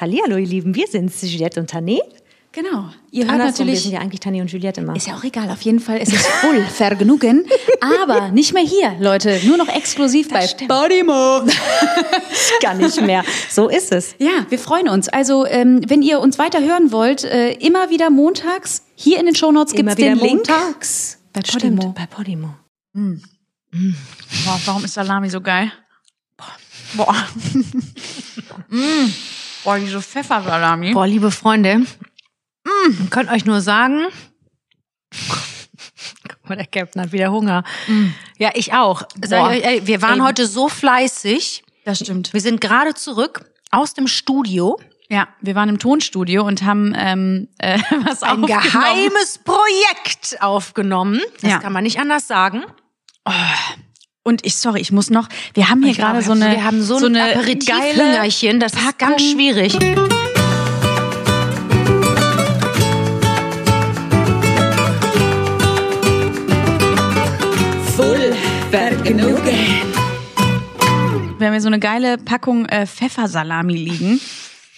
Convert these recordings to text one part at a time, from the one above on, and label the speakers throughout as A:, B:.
A: Hallihallo, ihr Lieben, wir sind's, Juliette und Tané.
B: Genau. Ihr hört
A: Andersrum wir
B: natürlich.
A: sind ja eigentlich Tané und Juliette immer.
B: Ist ja auch egal, auf jeden Fall ist es voll Vergnügen. Aber nicht mehr hier, Leute. Nur noch exklusiv bei Podimo.
A: gar nicht mehr. So ist es.
B: Ja, wir freuen uns. Also, ähm, wenn ihr uns weiter hören wollt, äh, immer wieder montags. Hier in den Shownotes gibt
A: Immer
B: es den
A: wieder
B: Link.
A: montags.
B: Bei
A: Stimmt,
B: Podimo.
A: bei Podimo.
C: Boah, warum ist Salami so geil? Boah. Boah. mm. Boah, diese Pfeffersalami.
D: Boah, liebe Freunde, mm, könnt euch nur sagen, guck mal, der Captain hat wieder Hunger. Ja, ich auch. Mm. Sag
C: Boah.
D: ich euch, ey, wir waren
C: Ey.
D: heute so fleißig.
C: Das stimmt.
D: Wir sind gerade zurück aus dem Studio.
C: Ja, wir waren im Tonstudio und haben ähm, äh, was
D: Ein
C: aufgenommen.
D: geheimes Projekt aufgenommen. Das
C: Ja.
D: kann man nicht anders sagen.
C: Und ich, sorry, ich muss noch. Wir haben hier
D: Ich glaube,
C: gerade so eine,
D: wir haben so, ein
C: eine geile.
D: Aperitivhüngerchen. Das ist ganz
C: Packung.
D: schwierig.
C: Wir haben hier so eine geile Packung äh, Pfeffersalami liegen.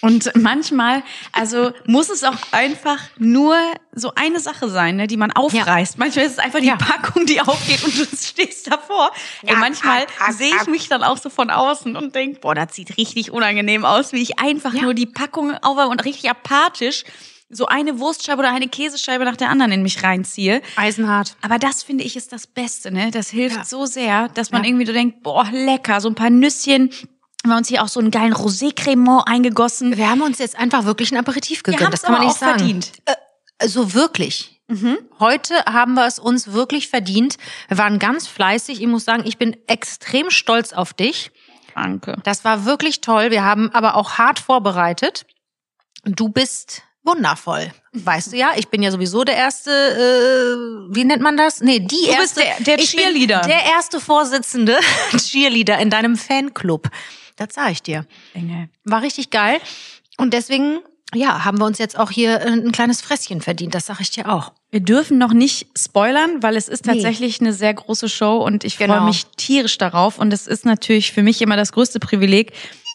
C: Und manchmal, also muss es auch einfach nur so eine Sache sein, ne, die man aufreißt. Manchmal ist es einfach die Packung, die aufgeht und du stehst davor. Ey, manchmal sehe ich mich dann auch so von außen und denk, boah, das sieht richtig unangenehm aus, wie ich einfach nur die Packung aufhabe und richtig apathisch so eine Wurstscheibe oder eine Käsescheibe nach der anderen in mich reinziehe.
D: Eisenhart.
C: Aber das finde ich ist das Beste, ne? Das hilft so sehr, dass man irgendwie so denkt, boah, lecker, so ein paar Nüsschen. Wir haben uns hier auch so einen geilen Rosé-Cremant eingegossen.
D: Wir haben uns jetzt einfach wirklich ein Aperitif gegönnt. das
C: haben's
D: kann man
C: aber
D: nicht
C: auch
D: sagen.
C: verdient.
D: Äh, so wirklich. Heute haben wir es uns wirklich verdient. Wir waren ganz fleißig. Ich muss sagen, ich bin extrem stolz auf dich.
C: Danke.
D: Das war wirklich toll. Wir haben aber auch hart vorbereitet. Du bist wundervoll. Weißt du ja, ich bin ja sowieso der erste, äh, wie nennt man das? Nee, die
C: Du bist
D: erste.
C: der- der
D: ich bin
C: Cheerleader.
D: Der erste Vorsitzende Cheerleader in deinem Fanclub. Das sag ich dir.
C: Engel.
D: War richtig geil. Und deswegen, ja, haben wir uns jetzt auch hier äh, ein kleines Fresschen verdient. Das sag ich dir auch.
C: Wir dürfen noch nicht spoilern, weil es ist
D: Nee.
C: tatsächlich eine sehr große Show und ich
D: Genau.
C: freue mich tierisch darauf. Und es ist natürlich für mich immer das größte Privileg,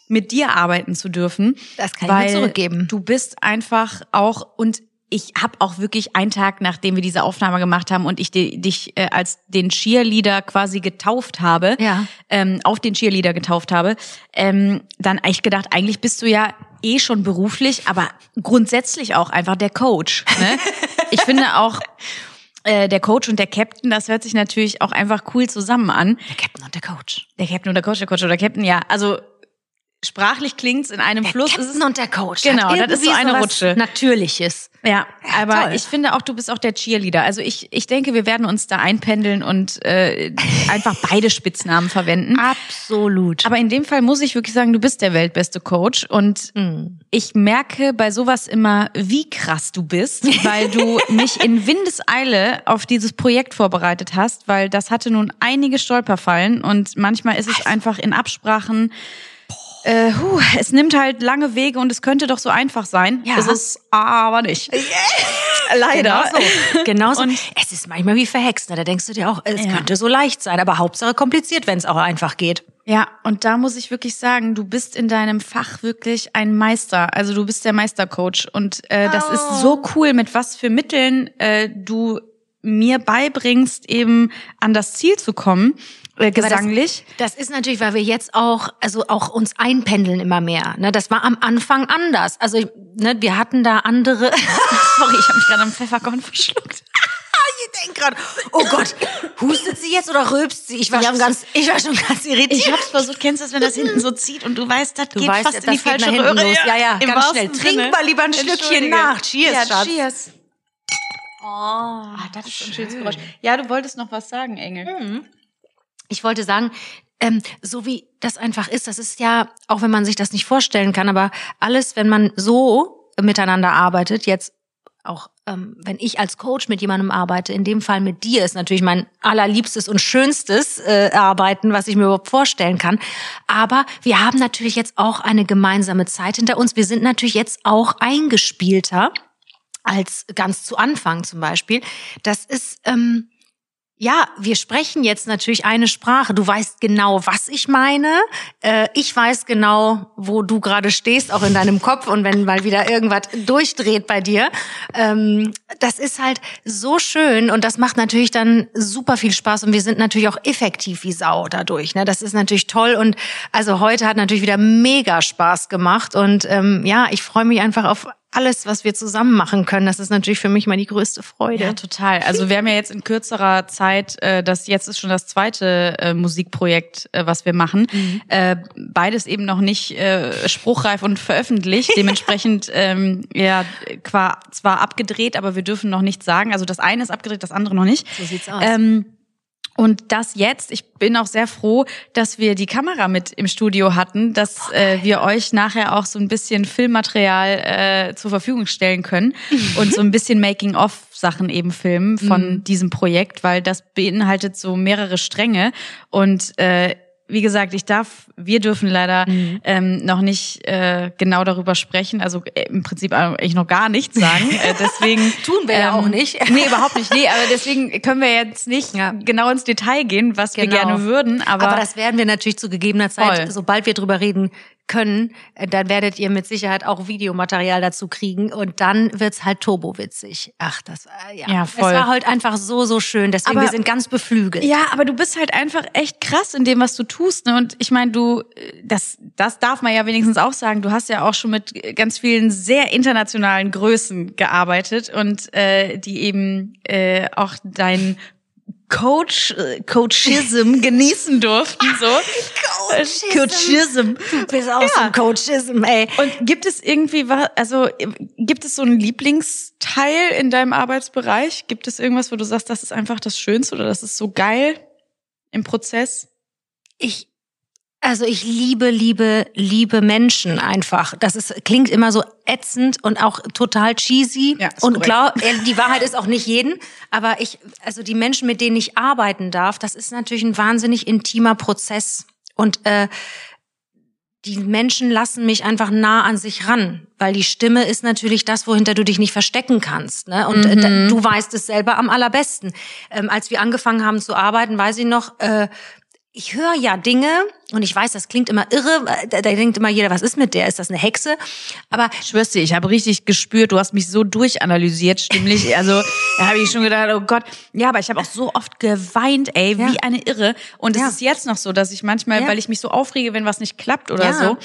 C: mit dir arbeiten zu dürfen.
D: Das kann ich
C: weil
D: mir zurückgeben.
C: Du bist einfach auch und ich habe auch wirklich einen Tag, nachdem wir diese Aufnahme gemacht haben und ich di- dich äh, als den Cheerleader quasi getauft habe,
D: Ja.
C: ähm, auf den Cheerleader getauft habe, ähm, dann echt gedacht, eigentlich bist du ja eh schon beruflich, aber grundsätzlich auch einfach der Coach. Ne? Ich finde auch äh, der Coach und der Captain, das hört sich natürlich auch einfach cool zusammen an.
D: Der Captain und der Coach.
C: Der Captain oder Coach, der Coach oder Captain, ja. Also sprachlich klingt's in einem Fluss.
D: Captain
C: ist es,
D: und der Coach.
C: Genau,
D: Hat
C: das ist so
D: irgendwie
C: eine
D: was
C: Rutsche.
D: Natürliches.
C: ja, aber
D: toll.
C: ich finde auch, du bist auch der Cheerleader. Also ich, ich denke, wir werden uns da einpendeln und äh, einfach beide Spitznamen verwenden.
D: Absolut.
C: Aber in dem Fall muss ich wirklich sagen, du bist der weltbeste Coach und
D: Hm.
C: ich merke bei sowas immer, wie krass du bist, weil du mich in Windeseile auf dieses Projekt vorbereitet hast, weil das hatte nun einige Stolperfallen und manchmal ist es einfach in Absprachen. Äh, huh, es nimmt halt lange Wege und es könnte doch so einfach sein.
D: Ja.
C: Es ist aber nicht. Leider.
D: Genau so. Genau so.
C: Und-
D: Es ist manchmal wie verhext. Ne? Da denkst du dir auch, es könnte so leicht sein, aber Hauptsache kompliziert, wenn es auch einfach geht.
C: Ja, und da muss ich wirklich sagen, du bist in deinem Fach wirklich ein Meister. Also du bist der Meistercoach und äh, das ist so
D: Oh.
C: cool, mit was für Mitteln äh, du mir beibringst, eben an das Ziel zu kommen, äh, gesanglich.
D: Das ist natürlich, weil wir jetzt auch, also auch uns einpendeln immer mehr. Ne? Das war am Anfang anders. Also ich- ne, wir hatten da andere.
C: Sorry, ich habe mich gerade am Pfefferkorn verschluckt.
D: ich denke gerade, oh Gott, hustet sie jetzt oder rülpst sie? Ich war schon ganz, ich war schon ganz irritiert.
C: Ich hab's versucht, kennst du das, wenn das hinten so zieht und du weißt, das
D: Du
C: geht
D: weißt,
C: fast
D: das
C: in die
D: geht nach
C: falsche
D: hinten
C: Röhre.
D: los. Ja, ja,
C: im
D: ganz schnell.
C: wahrsten
D: Trink mal lieber ein Stückchen
C: Entschuldige.
D: nach. Cheers,
C: ja,
D: Schatz.
C: Cheers. Oh, das ist ein schönes Geräusch. Ja, du wolltest noch was sagen, Engel.
D: ich wollte sagen, ähm, so wie das einfach ist, das ist ja, auch wenn man sich das nicht vorstellen kann, aber alles, wenn man so miteinander arbeitet, jetzt auch ähm, wenn ich als Coach mit jemandem arbeite, in dem Fall mit dir, ist natürlich mein allerliebstes und schönstes äh, Arbeiten, was ich mir überhaupt vorstellen kann. Aber wir haben natürlich jetzt auch eine gemeinsame Zeit hinter uns. Wir sind natürlich jetzt auch eingespielter als ganz zu Anfang zum Beispiel. Das ist, ähm, ja, wir sprechen jetzt natürlich eine Sprache. Du weißt genau, was ich meine. Äh, ich weiß genau, wo du gerade stehst, auch in deinem Kopf. Und wenn mal wieder irgendwas durchdreht bei dir, ähm, das ist halt so schön und das macht natürlich dann super viel Spaß. Und wir sind natürlich auch effektiv wie Sau dadurch. Ne? Das ist natürlich toll. Und also heute hat natürlich wieder mega Spaß gemacht. Und ähm, ja, ich freue mich einfach auf alles, was wir zusammen machen können, das ist natürlich für mich mal die größte Freude.
C: Ja, total. Also wir haben ja jetzt in kürzerer Zeit, äh, das jetzt ist schon das zweite äh, Musikprojekt, äh, was wir machen. Äh, beides eben noch nicht äh, spruchreif und veröffentlicht. Dementsprechend ähm, ja qua, zwar abgedreht, aber wir dürfen noch nichts sagen. Also das eine ist abgedreht, das andere noch nicht.
D: So sieht's aus.
C: Ähm, und das jetzt, ich bin auch sehr froh, dass wir die Kamera mit im Studio hatten, dass äh, wir euch nachher auch so ein bisschen Filmmaterial äh, zur Verfügung stellen können und so ein bisschen Making-of-Sachen eben filmen von
D: Mhm.
C: diesem Projekt, weil das beinhaltet so mehrere Stränge. Und äh, wie gesagt, ich darf, wir dürfen leider
D: Mhm.
C: ähm, noch nicht äh, genau darüber sprechen, also äh, im Prinzip eigentlich noch gar nichts sagen. Äh, deswegen ähm,
D: Tun wir ja auch nicht.
C: Nee, überhaupt nicht. Nee, aber deswegen können wir jetzt nicht
D: Ja.
C: genau ins Detail gehen, was wir
D: Genau.
C: gerne würden. Aber,
D: Aber, das werden wir natürlich zu gegebener Zeit,
C: Voll.
D: sobald wir drüber reden können, äh, dann werdet ihr mit Sicherheit auch Videomaterial dazu kriegen und dann wird's halt turbowitzig. Ach, das äh, ja.
C: Ja, voll.
D: Es war heute einfach so so schön, deswegen
C: Aber-
D: wir sind ganz beflügelt.
C: ja, aber du bist halt einfach echt krass in dem, was du tust. Ne? Und ich meine, du, äh, das, das darf man ja wenigstens auch sagen. Du hast ja auch schon mit äh, ganz vielen sehr internationalen Größen gearbeitet und äh, die eben äh, auch dein Coach, äh, Coachism genießen durften. So.
D: Oh, Coachism. Du bist auch so ein Coachism, ey.
C: Und gibt es irgendwie, wa- also äh, gibt es so einen Lieblingsteil in deinem Arbeitsbereich? Gibt es irgendwas, wo du sagst, das ist einfach das Schönste oder das ist so geil im Prozess?
D: Ich also ich liebe, liebe, liebe Menschen einfach. Das ist, klingt immer so ätzend und auch total cheesy.
C: Ja, ist
D: und
C: korrekt.
D: glaub, äh, die Wahrheit ist auch nicht jeden. Aber ich, also die Menschen, mit denen ich arbeiten darf, das ist natürlich ein wahnsinnig intimer Prozess. Und äh, die Menschen lassen mich einfach nah an sich ran, weil die Stimme ist natürlich das, wohinter du dich nicht verstecken kannst. Ne? Und äh, da- du weißt es selber am allerbesten. Ähm, als wir angefangen haben zu arbeiten, weiß ich noch, äh, ich höre ja Dinge und ich weiß, das klingt immer irre. äh, Da, da denkt immer jeder, was ist mit der? Ist das eine Hexe? Aber
C: Ich schwör's dir, ich habe richtig gespürt, du hast mich so durchanalysiert, stimmlich. Also da habe ich schon gedacht, oh Gott. Ja, aber ich habe auch so oft geweint, ey,
D: Ja.
C: wie eine Irre. Und es
D: Ja.
C: ist jetzt noch so, dass ich manchmal,
D: Ja.
C: weil ich mich so aufrege, wenn was nicht klappt oder
D: Ja.
C: so.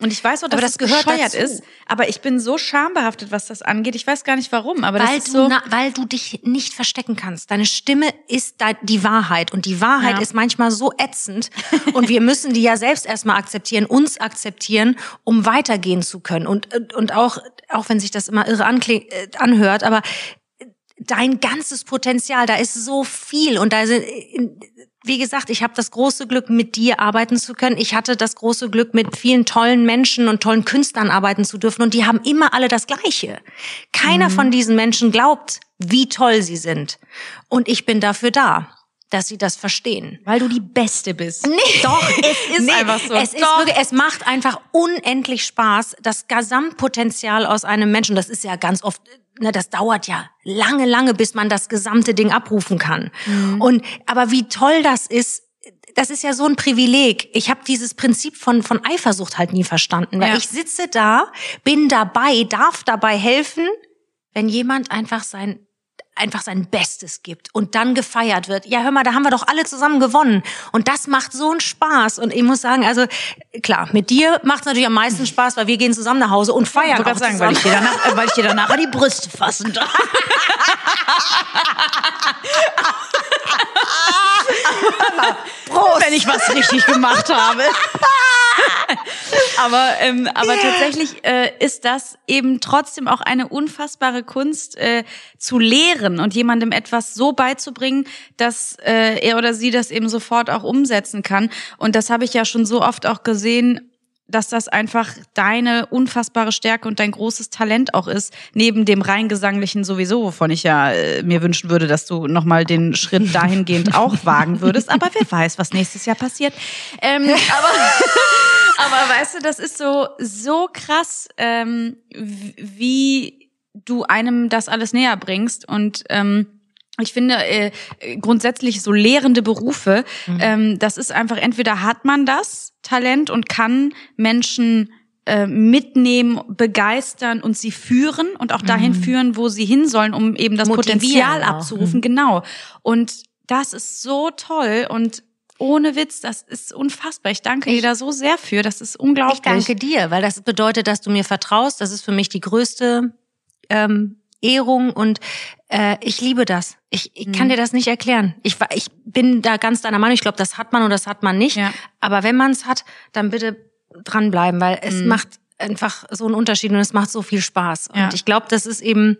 C: Und ich weiß auch, dass
D: Aber
C: das,
D: das gehört
C: bescheuert
D: dazu.
C: ist, aber ich bin so schambehaftet, was das angeht. Ich weiß gar nicht warum, aber
D: weil
C: das
D: du,
C: ist so.
D: na, weil du dich nicht verstecken kannst. Deine Stimme ist da die Wahrheit und die Wahrheit
C: Ja.
D: ist manchmal so ätzend und wir müssen die ja selbst erstmal akzeptieren, uns akzeptieren, um weitergehen zu können und und- und auch auch wenn sich das immer irre ankling, äh, anhört, aber dein ganzes Potenzial, da ist so viel und da sind wie gesagt, ich habe das große Glück, mit dir arbeiten zu können. Ich hatte das große Glück, mit vielen tollen Menschen und tollen Künstlern arbeiten zu dürfen. Und die haben immer alle das Gleiche. Keiner von diesen Menschen glaubt, wie toll sie sind. Und ich bin dafür da, dass sie das verstehen.
C: Weil du die Beste bist.
D: Doch, es
C: ist einfach so.
D: Es, ist
C: Doch.
D: wirklich, es macht einfach unendlich Spaß, das Gesamtpotenzial aus einem Menschen, das ist ja ganz oft, ne, das dauert ja lange, lange, bis man das gesamte Ding abrufen kann.
C: Mhm.
D: Und, aber wie toll das ist, das ist ja so ein Privileg. Ich habe dieses Prinzip von, von Eifersucht halt nie verstanden. Weil
C: Ja.
D: ich sitze da, bin dabei, darf dabei helfen, wenn jemand einfach sein einfach sein Bestes gibt und dann gefeiert wird. Ja, hör mal, da haben wir doch alle zusammen gewonnen. Und das macht so einen Spaß. Und ich muss sagen, also klar, mit dir macht es natürlich am meisten Spaß, weil wir gehen zusammen nach Hause und feiern.
C: Ich wollte
D: auch
C: gerade sagen, weil
D: zusammen.
C: ich, dir danach, äh, weil ich dir danach an die Brüste fassen darf. Prost. Wenn ich was richtig gemacht habe. Aber, ähm, aber tatsächlich äh, ist das eben trotzdem auch eine unfassbare Kunst äh, zu lehren und jemandem etwas so beizubringen, dass äh, er oder sie das eben sofort auch umsetzen kann. Und das habe ich ja schon so oft auch gesehen, dass das einfach deine unfassbare Stärke und dein großes Talent auch ist, neben dem rein gesanglichen sowieso, wovon ich ja äh, mir wünschen würde, dass du nochmal den Schritt dahingehend auch wagen würdest. Aber wer weiß, was nächstes Jahr passiert. Ähm, aber, aber weißt du, das ist so, so krass, ähm, w- wie du einem das alles näher bringst und ähm, ich finde äh, grundsätzlich so lehrende Berufe,
D: Mhm.
C: ähm, das ist einfach entweder hat man das Talent und kann Menschen äh, mitnehmen, begeistern und sie führen und auch dahin führen, wo sie hin sollen, um eben das
D: Mhm. Motivieren
C: Potenzial
D: auch. ne?
C: abzurufen. Genau. Und das ist so toll und ohne Witz, das ist unfassbar. Ich danke dir da so sehr für. Das ist unglaublich.
D: Ich danke dir, weil das bedeutet, dass du mir vertraust. Das ist für mich die größte ähm, Ehrung und äh, ich liebe das. Ich, ich
C: Mhm.
D: kann dir das nicht erklären. Ich, wa- ich bin da ganz deiner Meinung. Ich glaube, das hat man und das hat man nicht.
C: Ja.
D: Aber wenn man es hat, dann bitte dranbleiben, weil es
C: Mhm.
D: macht einfach so einen Unterschied und es macht so viel Spaß. Und
C: Ja.
D: ich glaube, das ist eben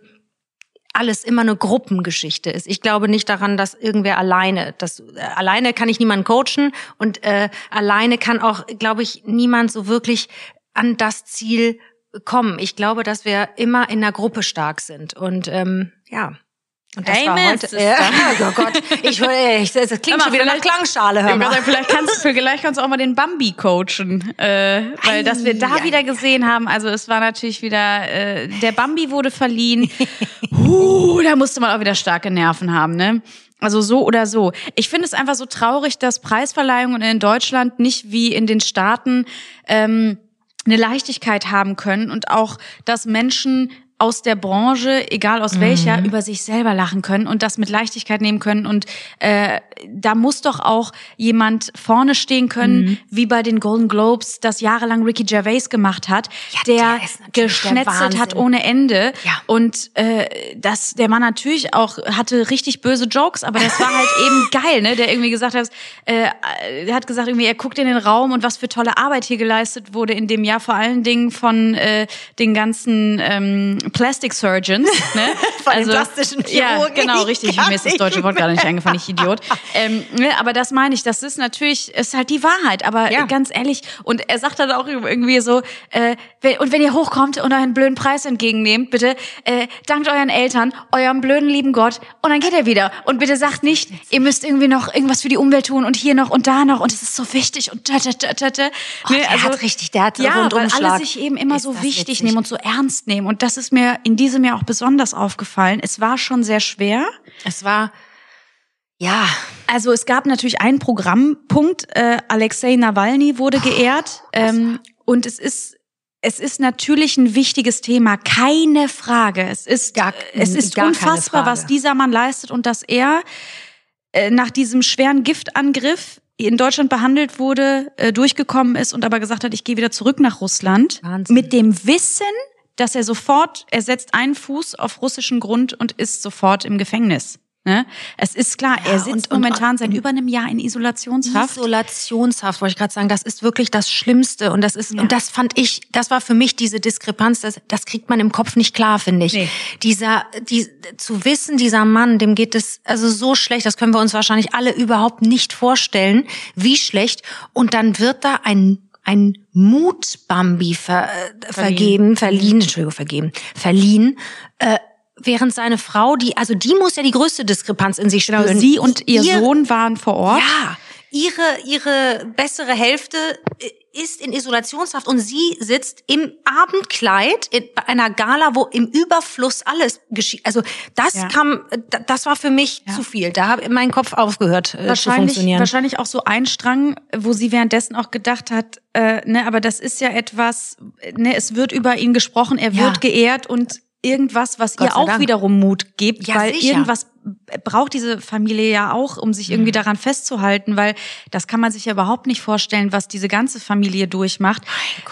D: alles immer eine Gruppengeschichte ist. Ich glaube nicht daran, dass irgendwer alleine, das äh, alleine kann ich niemanden coachen und äh, alleine kann auch, glaube ich, niemand so wirklich an das Ziel kommen. Ich glaube, dass wir immer in der Gruppe stark sind und ähm, ja. Und das war
C: Amen,
D: heute.
C: Sister.
D: Ja, oh Gott, ich, ich das klingt
C: Hör mal,
D: schon wieder nach Klangschale. Hör
C: Ich wollte
D: mal.
C: sagen, vielleicht kannst du vielleicht kannst du auch mal den Bambi coachen, äh, weil dass wir da
D: Ei,
C: wieder gesehen haben. Also es war natürlich wieder äh, der Bambi wurde verliehen. Huh, da musste man auch wieder starke Nerven haben, ne? Also so oder so. Ich finde es einfach so traurig, dass Preisverleihungen in Deutschland nicht wie in den Staaten ähm, eine Leichtigkeit haben können und auch, dass Menschen aus der Branche, egal aus
D: Mhm.
C: welcher, über sich selber lachen können und das mit Leichtigkeit nehmen können. Und äh, da muss doch auch jemand vorne stehen können,
D: Mhm.
C: wie bei den Golden Globes, das jahrelang Ricky Gervais gemacht hat, der,
D: der ist natürlich der
C: geschnetzelt hat
D: Wahnsinn.
C: ohne Ende.
D: Ja.
C: Und äh, das, der Mann natürlich auch hatte richtig böse Jokes, aber das war halt eben geil, ne? Der irgendwie gesagt hat, äh, der hat gesagt, irgendwie, er guckt in den Raum und was für tolle Arbeit hier geleistet wurde in dem Jahr, vor allen Dingen von äh, den ganzen ähm, Plastic Surgeons. Ne?
D: Von den plastischen
C: Ja,
D: Chirurgen.
C: genau, richtig.
D: Gar
C: Mir ist das
D: nicht
C: deutsche Wort gerade nicht eingefallen, ich Idiot. Ähm, ne, aber das meine ich, das ist natürlich, ist halt die Wahrheit, aber
D: Ja.
C: ganz ehrlich, und er sagt dann auch irgendwie so, äh, wenn, und wenn ihr hochkommt und euren blöden Preis entgegennehmt, bitte äh, dankt euren Eltern, eurem blöden lieben Gott und dann geht er wieder. Und bitte sagt nicht, ihr müsst irgendwie noch irgendwas für die Umwelt tun und hier noch und da noch und es ist so wichtig und tata tata tata.
D: Oh, der
C: also
D: hat richtig- der hat so einen
C: ja, weil alle
D: Rundumschlag.
C: sich eben immer
D: um Ist
C: so
D: das
C: wichtig
D: witzig.
C: nehmen und so ernst nehmen. Und das ist mir in diesem Jahr auch besonders aufgefallen. Es war schon sehr schwer.
D: Es war ja,
C: Also es gab natürlich einen Programmpunkt. Äh, Alexei Nawalny wurde geehrt. Ähm, und es ist, es ist natürlich ein wichtiges Thema, keine Frage. Es ist,
D: Gar-
C: Äh, es ist
D: gar keine
C: unfassbar,
D: Frage.
C: was dieser Mann leistet und dass er äh, nach diesem schweren Giftangriff in Deutschland behandelt wurde, äh, durchgekommen ist und aber gesagt hat, ich gehe wieder zurück nach Russland.
D: Wahnsinn.
C: Mit dem Wissen, dass er sofort, er setzt einen Fuß auf russischen Grund und ist sofort im Gefängnis. Ne? Es ist klar, er sitzt
D: und- und-
C: momentan seit über einem Jahr in Isolationshaft.
D: Isolationshaft, wollte ich gerade sagen, das ist wirklich das Schlimmste und das ist und das fand ich, das war für mich diese Diskrepanz, das, das kriegt man im Kopf nicht klar, finde ich.
C: Nee.
D: Dieser, die, zu wissen, dieser Mann, dem geht es also so schlecht, das können wir uns wahrscheinlich alle überhaupt nicht vorstellen, wie schlecht. Und dann wird da ein ein Mut-Bambi ver, äh, vergeben, verliehen, Entschuldigung, vergeben, verliehen, äh, während seine Frau, die, also die muss ja die größte Diskrepanz in sich spüren.
C: Genau, Sie und ihr,
D: Ihr-
C: Sohn waren vor Ort.
D: ja, ihre, ihre bessere Hälfte äh, ist in Isolationshaft und sie sitzt im Abendkleid in, bei einer Gala, wo im Überfluss alles geschieht. Also das
C: Ja.
D: kam, äh, da- das war für mich zu viel. Da hat mein Kopf aufgehört äh, zu
C: wahrscheinlich,
D: funktionieren.
C: wahrscheinlich auch so ein Strang, wo sie währenddessen auch gedacht hat, äh, ne, aber das ist ja etwas, äh, ne, es wird über ihn gesprochen, er
D: Ja.
C: wird geehrt und irgendwas, was
D: Gott
C: ihr
D: sei
C: auch
D: Dank.
C: wiederum Mut gibt,
D: Ja,
C: weil
D: sicher.
C: irgendwas braucht diese Familie ja auch, um sich irgendwie
D: Mhm.
C: daran festzuhalten, weil das kann man sich ja überhaupt nicht vorstellen, was diese ganze Familie durchmacht.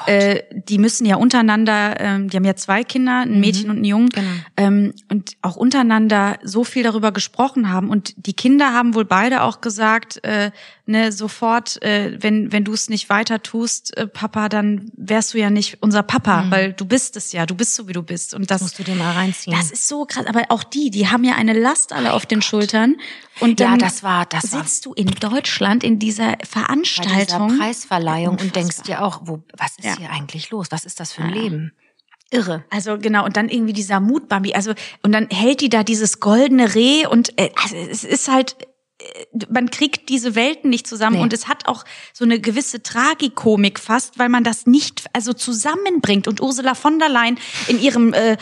C: Äh, die müssen ja untereinander, ähm, die haben ja zwei Kinder,
D: Mhm.
C: ein Mädchen und einen Jungen,
A: Genau.
C: ähm, und auch untereinander so viel darüber gesprochen haben. Und die Kinder haben wohl beide auch gesagt, äh, ne, sofort, äh, wenn, wenn du es nicht weiter tust, äh, Papa, dann wärst du ja nicht unser Papa, weil du bist es ja, du bist so, wie du bist. Und das,
D: Mhm. Musst du dir mal reinziehen.
C: das ist so krass. Aber auch die, die haben ja eine Last alle auf den Schultern. Und
D: Ja,
C: dann
D: das war- das war-
C: sitzt du in Deutschland in dieser
D: bei dieser
C: Veranstaltung.
D: Preisverleihung und
C: Unfassbar.
D: denkst dir auch, wo, was ist
C: Ja.
D: hier eigentlich los? Was ist das für ein Leben? Irre.
C: Also genau, und dann irgendwie dieser Mut, Bambi. Also, und dann hält die da dieses goldene Reh und äh, also, es ist halt, äh, man kriegt diese Welten nicht zusammen
D: Nee.
C: und es hat auch so eine gewisse Tragikomik fast, weil man das nicht also zusammenbringt. Und Ursula von der Leyen in ihrem äh,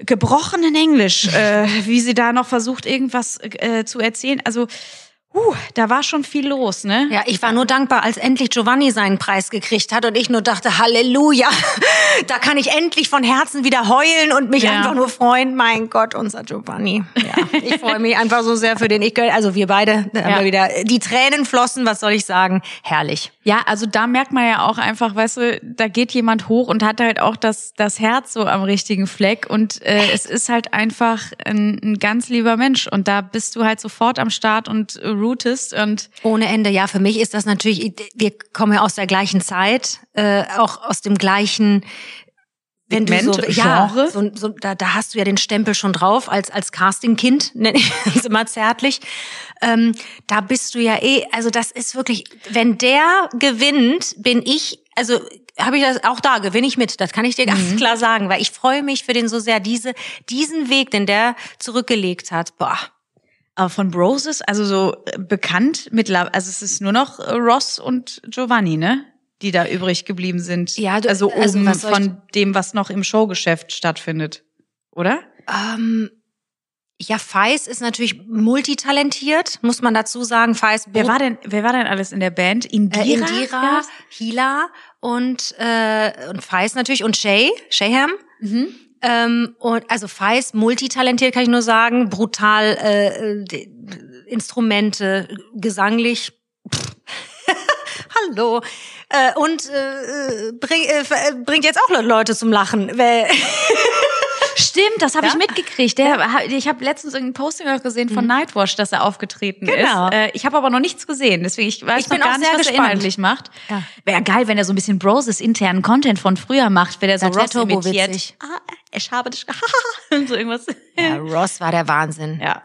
C: gebrochenen Englisch, äh, wie sie da noch versucht, irgendwas äh, zu erzählen. Also, huh, da war schon viel los, ne?
D: Ja, ich war nur dankbar, als endlich Giovanni seinen Preis gekriegt hat und ich nur dachte, Halleluja, da kann ich endlich von Herzen wieder heulen und mich
C: Ja.
D: einfach nur freuen. Mein Gott, unser Giovanni. Ja, ich freue mich einfach so sehr für den. Ich, gönn- also wir beide, da haben
B: Ja.
D: wir wieder die Tränen flossen, was soll ich sagen? Herrlich.
C: Ja, also da merkt man ja auch einfach, weißt du, da geht jemand hoch und hat halt auch das, das Herz so am richtigen Fleck und äh, es ist halt einfach ein, ein ganz lieber Mensch und da bist du halt sofort am Start und äh, rootest und
D: Ohne Ende, ja. Für mich ist das natürlich, wir kommen ja aus der gleichen Zeit, äh, auch aus dem gleichen wenn
C: Segment,
D: du so, ja,
C: Genre?
D: so, so, da, da hast du ja den Stempel schon drauf als als Castingkind, nenne ich es immer zärtlich. Ähm, da bist du ja eh, also das ist wirklich, wenn der gewinnt, bin ich, also habe ich das auch da gewinne ich mit. Das kann ich dir
C: Mhm.
D: ganz klar sagen, weil ich freue mich für den so sehr diese diesen Weg, den der zurückgelegt hat. Boah.
C: Aber von Bros ist also so äh, bekannt mit La also es ist nur noch äh, Ross und Giovanni, ne? Die da übrig geblieben sind.
D: Ja, du-
C: also,
D: also
C: oben
D: was soll ich-
C: von dem, was noch im Showgeschäft stattfindet, oder?
D: Ähm, ja, Feis ist natürlich multitalentiert, muss man dazu sagen. Feis,
C: Wer war denn, wer war denn alles in der Band? Indira?
D: äh, Indira, Hila und, äh, und Feis natürlich und Shay, Shayham.
C: Mhm.
D: Ähm, und also Feis, multitalentiert kann ich nur sagen, brutal äh, äh, die- Instrumente, gesanglich. Pff. Hallo. Äh, und äh, äh, bring, äh, ver- äh, bringt jetzt auch Leute zum Lachen. Weil-
C: Stimmt, das habe
D: Ja? Mhm.
C: ich mitgekriegt. Der, ha- ich habe letztens irgendein Posting noch gesehen von Nightwash, dass er aufgetreten
D: Genau.
C: ist. Äh, ich habe aber noch nichts gesehen, deswegen ich weiß
D: Ich
C: noch
D: bin auch
C: gar nicht,
D: sehr
C: was
D: gespannt.
C: er inhaltlich macht.
D: Ja.
C: Wäre geil, wenn er so ein bisschen Broses internen Content von früher macht, wenn er so
D: Das wär
C: Ross
D: turbo
C: imitiert.
D: witzig.
C: Ah, ich habe dich. so irgendwas.
D: ja, Ross war der Wahnsinn.
C: Ja.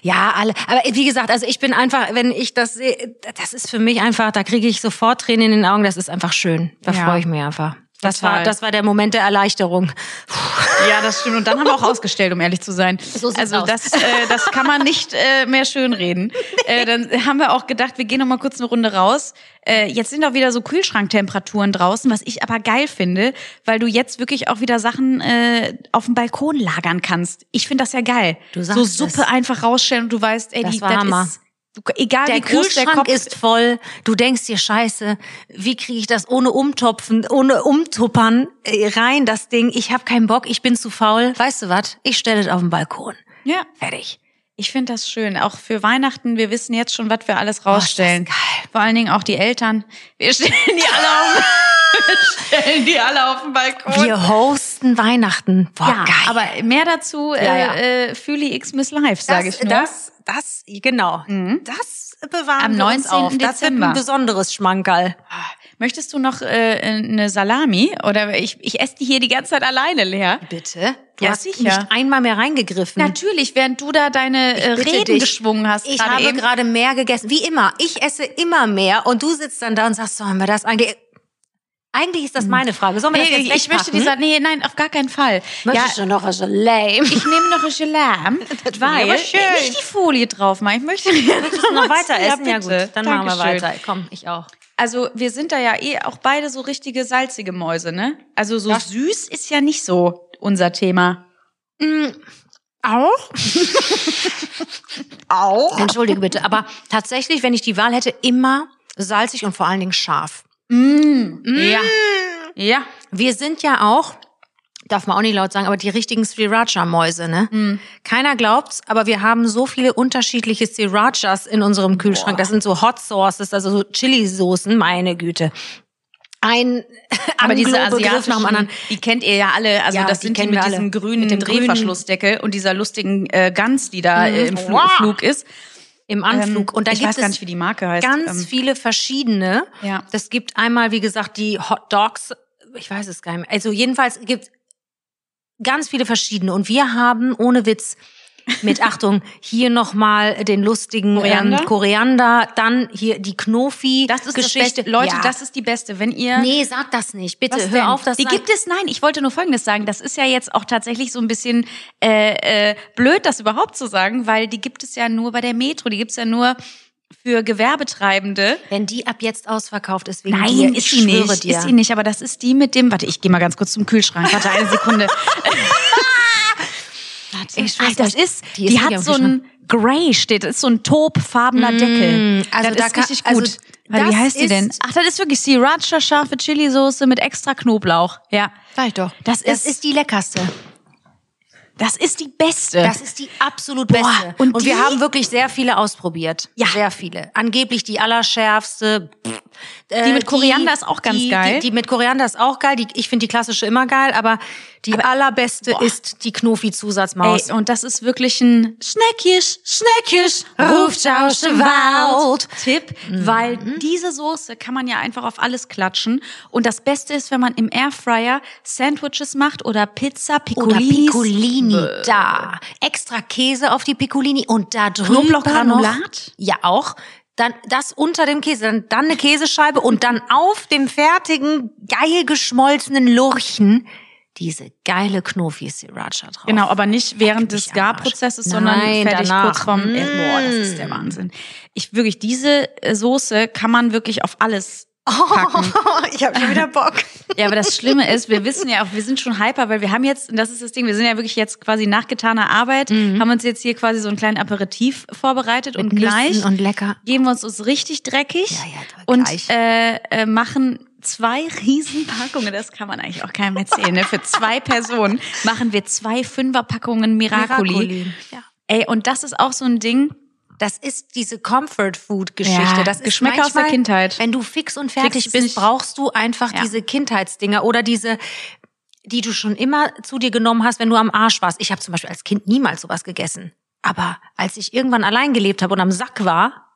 D: Ja, alle. Aber wie gesagt, also ich bin einfach, wenn ich das sehe, das ist für mich einfach, da kriege ich sofort Tränen in den Augen. Das ist einfach schön. Da
C: Ja.
D: freue ich mich einfach. Das
C: Total.
D: war, das war der Moment der Erleichterung.
C: ja, das stimmt. Und dann haben wir auch ausgestellt, um ehrlich zu sein.
D: So sieht's
C: also
D: aus.
C: das, äh, das kann man nicht äh, mehr schönreden. Äh, dann haben wir auch gedacht, wir gehen noch mal kurz eine Runde raus. Äh, jetzt sind auch wieder so Kühlschranktemperaturen draußen, was ich aber geil finde, weil du jetzt wirklich auch wieder Sachen äh, auf dem Balkon lagern kannst. Ich finde das ja geil.
D: Du
C: so
D: sagst es.
C: Suppe einfach rausstellen und du weißt, ey,
D: Das
C: die,
D: war Hammer.
C: ist du, egal
D: Der
C: wie groß der
D: Kühlschrank
C: Kopf
D: ist voll. Du denkst dir Scheiße, wie kriege ich das ohne Umtopfen, ohne Umtuppern äh, rein das Ding? Ich habe keinen Bock, ich bin zu faul. Weißt du was? Ich stelle es auf den Balkon.
C: Ja,
D: Fertig.
C: Ich finde das schön. Auch für Weihnachten, wir wissen jetzt schon, was wir
D: Oh,
C: alles rausstellen. Vor allen Dingen auch die Eltern. Wir stellen die alle auf, wir stellen die alle auf den Balkon.
D: Wir hosten Weihnachten. Boah,
C: ja,
D: geil.
C: aber mehr dazu
D: Ja, ja.
C: äh, äh, fühle X Miss Live, sage
D: Das-
C: ich nur.
D: Das, das, genau. Das bewahren
C: Am
D: wir uns
C: 19.
D: auf. Das wird
C: Dezember.
D: ein besonderes Schmankerl.
C: Möchtest du noch äh, eine Salami? Oder ich, ich esse die hier die ganze Zeit alleine leer.
D: Bitte? Du
C: Ja,
D: hast
C: sicher.
D: nicht einmal mehr reingegriffen.
C: Natürlich, während du da deine äh,
D: bitte
C: Reden
D: dich.
C: geschwungen hast.
D: Ich
C: gerade
D: habe
C: eben.
D: gerade mehr gegessen. Wie immer. Ich esse immer mehr und du sitzt dann da und sagst, sollen wir das eigentlich... Eigentlich ist das meine Frage. Sollen wir das
C: Nee,
D: jetzt ne?
C: ich möchte die
D: wegpacken?
C: Salami. Nee, nein, auf gar keinen Fall. Ja,
D: Möchtest du noch was so lame?
C: ich nehme noch ein Gelam, weil
D: aber schön.
C: nicht die Folie drauf machen. Ich möchte jetzt
D: Möchtest du noch weiter essen? Ja,
C: bitte.
D: gut, dann machen wir
C: Dankeschön.
D: weiter. Komm, ich auch.
C: Also wir sind da ja eh auch beide so richtige salzige Mäuse, ne? Also so süß ist ja nicht so unser Thema.
D: Auch? Auch? Entschuldige bitte, aber tatsächlich, wenn ich die Wahl hätte, immer salzig und vor allen Dingen scharf.
C: Ja. Mm. Ja.
D: Wir sind ja auch, darf man auch nicht laut sagen, aber die richtigen Sriracha-Mäuse, ne?
C: Mhm.
D: Keiner glaubt's, aber wir haben so viele unterschiedliche Srirachas in unserem Kühlschrank. Das sind so Hot Sauces, also so Chili-Soßen, meine Güte. Ein
C: Aber diese
D: Anglo-Begriff
C: asiatischen,
D: nach dem anderen.
C: die kennt ihr ja alle. Also
D: Ja,
C: das
D: die
C: sind die
D: kennen
C: mit
D: wir alle.
C: diesem grünen
D: Mit dem grünen-
C: Drehverschlussdeckel und dieser lustigen äh, Gans, die da äh, im Fl
D: Wow.
C: Flug ist.
D: Im Anflug.
C: Ähm,
D: und da
C: ich
D: gibt
C: weiß
D: es
C: gar nicht, wie die Marke heißt.
D: ganz
C: Ähm,
D: viele verschiedene.
C: Ja.
D: Das gibt einmal, wie gesagt, die Hot Dogs. Ich weiß es gar nicht mehr. Also jedenfalls gibt ganz viele verschiedene. Und wir haben, ohne Witz, mit Achtung, hier nochmal den lustigen Koriander.
C: Koriander?
D: Ähm, Koriander, dann hier die Knofi.
C: das ist
D: Geschichte.
C: Geschichte. Das Beste. Leute,
D: ja.
C: das ist die Beste. Wenn ihr
D: Nee, sag das nicht. Bitte,
C: Was
D: hör
C: denn?
D: auf, das
C: Die gibt es, nein, ich wollte nur Folgendes sagen. Das ist ja jetzt auch tatsächlich so ein bisschen äh, äh, blöd, das überhaupt zu sagen, weil die gibt es ja nur bei der Metro, die gibt es ja nur für Gewerbetreibende.
D: Wenn die ab jetzt ausverkauft ist, wegen
C: Nein,
D: dir, ich
C: ist sie
D: schwöre
C: nicht.
D: dir.
C: Ist sie nicht, aber das ist die mit dem. Warte, ich gehe mal ganz kurz zum Kühlschrank. Warte eine Sekunde. Ich weiß, das ist, die,
D: die ist
C: hat
D: nicht
C: so
D: auf dem
C: ein Gray steht, das ist so ein taubfarbener Deckel.
D: also
C: das
D: da
C: ist
D: kann-
C: richtig
D: also
C: gut. Mm. Weil, wie
D: das
C: heißt die denn?
D: ist-
C: Ach, das ist wirklich Sriracha scharfe Chili-Soße mit extra Knoblauch. Ja.
D: Sag ich doch.
C: Das
D: Das,
C: ist-
D: ist, die leckerste.
C: Das ist die beste.
D: Das ist die absolut beste.
C: und
D: Und,
C: die-
D: wir haben wirklich sehr viele ausprobiert.
C: Ja.
D: Sehr viele. Angeblich die allerschärfste. Pff. Äh,
C: Die mit Koriander ist auch ganz
D: die,
C: geil.
D: Die, die mit Koriander ist auch geil. Die, ich finde die klassische immer geil, aber die allerbeste ist die Knofi-Zusatzmaus.
C: Ey, und das ist wirklich ein Schneckisch, Schneckisch, Mhm.
D: ruft's aus dem Wald.
C: Tipp, weil diese Soße kann man ja einfach auf alles klatschen. Und das Beste ist, wenn man im Airfryer Sandwiches macht oder Pizza,
D: Oder
C: Piccolinis.
D: Piccolini da. Extra Käse auf die Piccolini und da drüber
C: Knoblauchgranulat?
D: noch- Ja, auch. Dann das unter dem Käse, dann, dann eine Käsescheibe und dann auf dem fertigen, geil geschmolzenen Lurchen diese geile Knofi-Sriracha drauf.
C: Genau, aber nicht während des
D: mich am Arsch.
C: Gar-Prozesses, sondern
D: Nein,
C: fertig
D: danach.
C: kurz vorm.
D: Mm.
C: Boah, das ist der Wahnsinn. Ich wirklich, diese äh, Soße kann man wirklich auf alles packen.
D: ich habe schon wieder Bock.
C: Ja, aber das Schlimme ist, wir wissen ja auch, wir sind schon hyper, weil wir haben jetzt, und das ist das Ding, wir sind ja wirklich jetzt quasi nach getaner Arbeit,
D: Mhm.
C: haben uns jetzt hier quasi so einen kleinen Aperitif vorbereitet und gleich
D: Nüssen und lecker.
C: geben wir uns uns richtig dreckig
D: ja, aber
C: und
D: gleich.
C: äh, äh, machen zwei Riesenpackungen, das kann man eigentlich auch keinem erzählen, ne? für zwei Personen machen wir zwei Fünferpackungen Miracoli.
D: Miracoli, ja.
C: Ey, und das ist auch so ein Ding,
D: Das ist diese Comfort Food Geschichte.
C: Ja,
D: das ist
C: Geschmäcker aus der
D: manchmal,
C: Kindheit.
D: Wenn du fix und
C: Fix
D: fertig
C: ist nicht-
D: bist, brauchst du einfach
C: Ja.
D: diese Kindheitsdinger oder diese die du schon immer zu dir genommen hast, wenn du am Arsch warst. Ich habe zum Beispiel als Kind niemals sowas gegessen. Aber als ich irgendwann allein gelebt habe und am Sack war,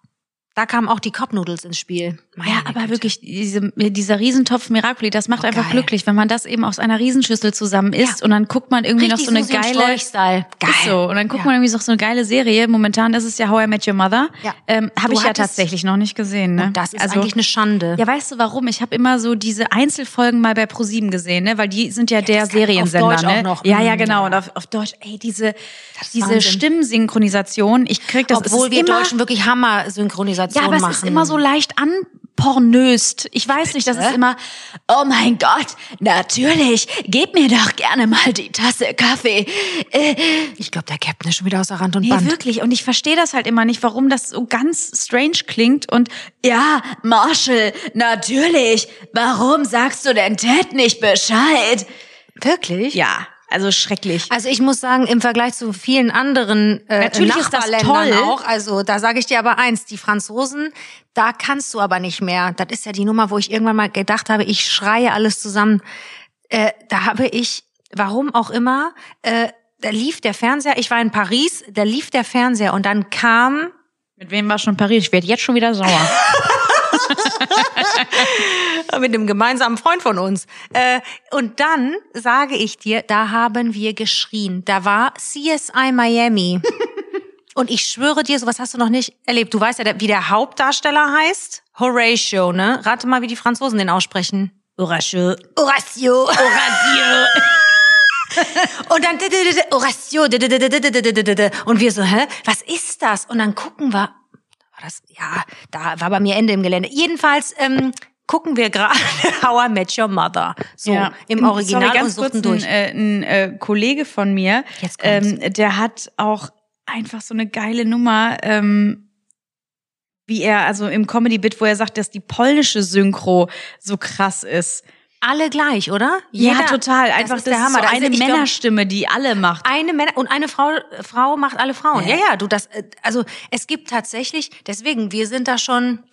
D: da kamen auch die Kopfnudels ins Spiel.
C: Ja,
D: Meine
C: aber
D: Güte.
C: wirklich, diese, dieser Riesentopf Miracoli, das macht einfach
D: Oh, geil.
C: glücklich, wenn man das eben aus einer Riesenschüssel zusammen isst und dann guckt man irgendwie
D: Richtig
C: noch so eine
D: Susi und
C: geile.
D: Strolch-Style. Geil.
C: Ist so. Und dann guckt
D: Ja.
C: man irgendwie noch so eine geile Serie. Momentan ist es ja How I Met Your Mother.
D: Ja.
C: Ähm, Habe
D: Du
C: ich ja
D: hattest-
C: tatsächlich noch nicht gesehen. Ne?
D: Und das ist eigentlich eine Schande.
C: ja, weißt du warum? Ich habe immer so diese Einzelfolgen mal bei ProSieben gesehen, ne? Weil die sind ja, der
D: das kann- auf
C: Seriensender,
D: Deutsch
C: ne?
D: auch noch.
C: Ja,
D: Mm,
C: ja, genau.
D: ja.
C: Und auf, auf Deutsch, ey, diese,
D: ist
C: diese
D: Wahnsinn.
C: Stimmsynchronisation, ich krieg das es
D: Obwohl
C: ist
D: wir
C: immer,
D: Deutschen wirklich Hammer-Synchronisation
C: ja, aber
D: machen.
C: es ist immer so leicht anpornöst. Ich weiß nicht, das ist immer, oh mein Gott, natürlich, gib mir doch gerne mal die Tasse Kaffee. Äh,
D: Ich glaube, der Captain ist schon wieder außer Rand und
C: nee,
D: Band.
C: wirklich. Und ich verstehe das halt immer nicht, warum das so ganz strange klingt. Und ja, Marshall, natürlich, warum sagst du denn Ted nicht Bescheid?
D: Wirklich?
C: Ja, also schrecklich.
D: Also ich muss sagen, im Vergleich zu vielen anderen äh,
C: Natürlich ist das
D: Nachbarländern
C: toll.
D: auch, also da sage ich dir aber eins, die Franzosen, da kannst du aber nicht mehr. Das ist ja die Nummer, wo ich irgendwann mal gedacht habe, ich schreie alles zusammen. Äh, da habe ich, warum auch immer, äh, da lief der Fernseher, ich war in Paris, da lief der Fernseher und dann kam
C: Mit wem warst du in Paris? Ich werde jetzt schon wieder sauer.
D: mit einem gemeinsamen Freund von uns. Äh, und dann sage ich dir, da haben wir geschrien. Da war CSI Miami. und ich schwöre dir, sowas hast du noch nicht erlebt. Du weißt ja, der- wie der Hauptdarsteller heißt? Horatio, ne? Rate mal, wie die Franzosen den aussprechen.
C: Horatio.
D: Horatio.
C: Horatio.
D: Und dann d- d- d- Horatio. d- d- d- d- d- d- d- d- d- d- Und wir so, hä? Was ist das? Und dann gucken wir. War das? Ja, da war bei mir Ende im Gelände. Jedenfalls ähm, gucken wir gerade How I Met Your Mother. So
C: Ja.
D: im Original
C: Sorry, ganz
D: und suchen
C: kurz,
D: durch.
C: Ein, äh, ein äh, Kollege von mir,
D: Jetzt kommt's.
C: ähm, der hat auch einfach so eine geile Nummer, ähm, wie er, also im Comedy-Bit, wo er sagt, dass die polnische Synchro so krass ist.
D: Alle gleich, oder?
C: ja, total. Einfach Also das
D: ist der Hammer.
C: So
D: Da ist-
C: eine
D: ich glaub- Ah,
C: Männerstimme, die alle macht.
D: Eine Männer und eine Frau äh, Frau macht alle Frauen. Ja, ja, du das äh, also es gibt tatsächlich, deswegen wir sind da schon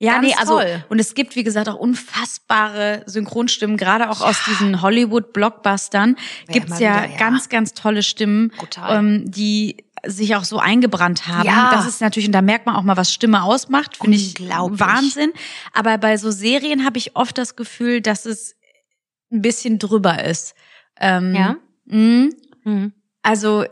C: Ja,
D: Ganz
C: nee, also
D: toll.
C: und es gibt wie gesagt auch unfassbare Synchronstimmen, gerade auch aus diesen Hollywood-Blockbustern
D: immer
C: gibt's ja
D: wieder, ja.
C: ganz, ganz tolle Stimmen,
D: Brutal.
C: ähm, die sich auch so eingebrannt haben.
D: Ja.
C: Das ist natürlich und da merkt man auch mal, was Stimme ausmacht, finde ich
D: Unglaublich.
C: Wahnsinn. Aber bei so Serien habe ich oft das Gefühl, dass es ein bisschen drüber ist. Ähm,
D: Ja.
C: mh.
D: Mhm.
C: Also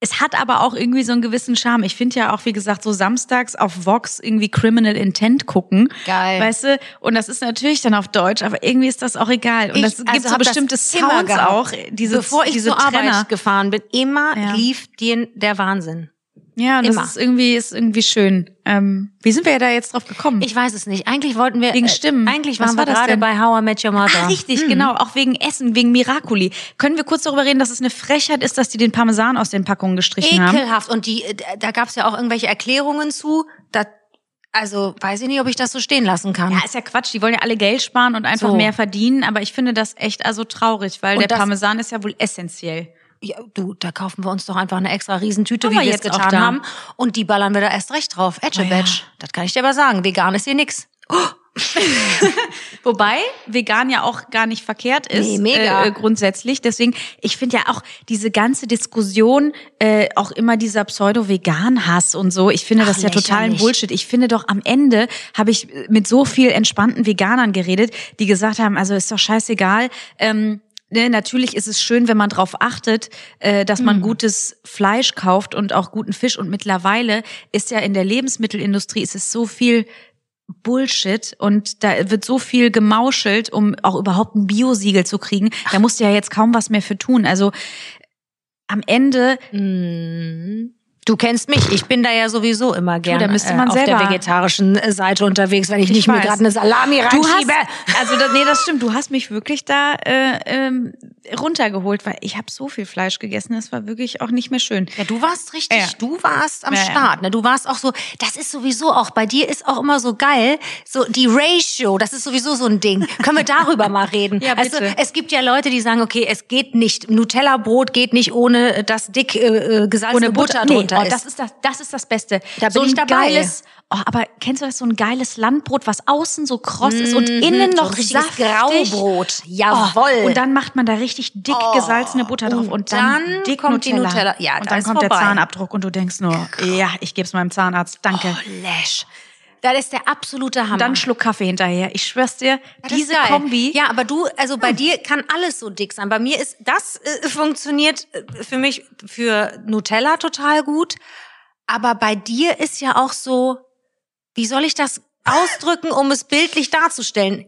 C: es hat aber auch irgendwie so einen gewissen Charme. Ich finde ja auch, wie gesagt, so samstags auf Vox irgendwie Criminal Intent gucken.
D: Geil.
C: Weißt du? Und das ist natürlich dann auf Deutsch, aber irgendwie ist das auch egal. Und
D: Ich-
C: das gibt
D: also
C: so
D: hab das
C: bestimmte
D: immer
C: Sounds
D: gehabt.
C: auch, diese,
D: bevor ich
C: diese
D: zur
C: Trenner.
D: Arbeit gefahren bin, immer
C: Ja.
D: lief dir der Wahnsinn.
C: Ja, und
D: Immer.
C: das ist irgendwie, ist irgendwie schön. Ähm, wie sind wir ja da jetzt drauf gekommen?
D: Ich weiß es nicht. Eigentlich wollten wir.
C: Wegen
D: äh,
C: Stimmen.
D: Eigentlich
C: Was
D: waren
C: war
D: wir
C: das
D: gerade
C: denn?
D: bei How I Met Your Mother.
C: Ah, richtig, genau. Auch wegen Essen, wegen Miracoli. Können wir kurz darüber reden, dass es eine Frechheit ist, dass die den Parmesan aus den Packungen gestrichen haben?
D: Ekelhaft. Und die, äh, da gab es ja auch irgendwelche Erklärungen zu. Da, also weiß ich nicht, ob ich das so stehen lassen kann.
C: Ja, ist ja Quatsch. Die wollen ja alle Geld sparen und einfach
D: So.
C: mehr verdienen. Aber ich finde das echt also traurig, weil
D: Und
C: der
D: das-
C: Parmesan ist ja wohl essentiell.
D: Ja, du, da kaufen wir uns doch einfach eine extra Riesentüte,
C: Haben
D: wie
C: wir
D: wir es
C: jetzt auch
D: getan
C: da.
D: haben. Und die ballern wir da erst recht drauf. Edge
C: Oh ja.
D: Das kann ich dir aber sagen. Vegan ist hier nix.
C: Wobei vegan ja auch gar nicht verkehrt ist,
D: Nee, mega.
C: Äh, äh, grundsätzlich. Deswegen, ich finde ja auch diese ganze Diskussion, äh, auch immer dieser Pseudo-Vegan-Hass und so, ich finde
D: Ach,
C: das ja totalen
D: lächerlich.
C: Bullshit. Ich finde doch am Ende habe ich äh, mit so viel entspannten Veganern geredet, die gesagt haben, also ist doch scheißegal, ähm, Ne, natürlich ist es schön, wenn man darauf achtet, äh, dass
D: Mhm.
C: man gutes Fleisch kauft und auch guten Fisch. Und mittlerweile ist ja in der Lebensmittelindustrie ist es so viel Bullshit und da wird so viel gemauschelt, um auch überhaupt ein Biosiegel zu kriegen. Da musst du ja jetzt kaum was mehr für tun. Also am Ende,
D: Du kennst mich. Ich bin da ja sowieso immer gerne
C: da müsste
D: äh,
C: man
D: auf
C: selber-
D: der vegetarischen äh, Seite unterwegs, wenn ich,
C: Ich
D: nicht mir
C: weiß.
D: gerade eine Salami
C: du hast,
D: reinschiebe.
C: also das, nee, das stimmt, du hast mich wirklich da äh, ähm, runtergeholt, weil ich habe so viel Fleisch gegessen, es war wirklich auch nicht mehr schön.
D: Ja, du warst richtig,
C: Ja.
D: du warst am
C: Ja, ja.
D: Start. Ne? Du warst auch so, das ist sowieso auch, bei dir ist auch immer so geil, so die Ratio, das ist sowieso so ein Ding. Können wir darüber mal reden?
C: Ja, bitte.
D: Also es gibt ja Leute, die sagen, okay, es geht nicht, Nutella-Brot geht nicht ohne, äh, dass dick äh, äh, gesalzene
C: ohne
D: Butter,
C: Butter,
D: drunter
C: nee, oh,
D: ist.
C: Das ist das, das ist das Beste.
D: Da bin
C: so ein
D: ich dabei.
C: Geiles, oh, aber kennst du das so ein geiles Landbrot, was außen so kross ist und innen
D: so ein
C: noch
D: richtiges
C: saftig?
D: Graubrot. Mhm. Jawoll. Oh,
C: Oh, und dann macht man da richtig dick gesalzene Butter drauf und dann,
D: dann
C: dick
D: kommt die
C: Nutella.
D: Nutella. Ja, da
C: und dann
D: ist
C: kommt der
D: vorbei.
C: Zahnabdruck und du denkst nur, ja, ich geb's meinem Zahnarzt, danke.
D: Lash. Das ist der absolute Oh, Hammer.
C: und dann einen Schluck Kaffee hinterher. Ich schwör's dir,
D: Ja, das
C: diese
D: ist geil.
C: Kombi. Hm.
D: Ja, aber du, also bei dir kann alles so dick sein. Bei mir ist das äh, funktioniert äh, für mich für Nutella total gut, aber bei dir ist ja auch so, wie soll ich das ausdrücken, um es bildlich darzustellen?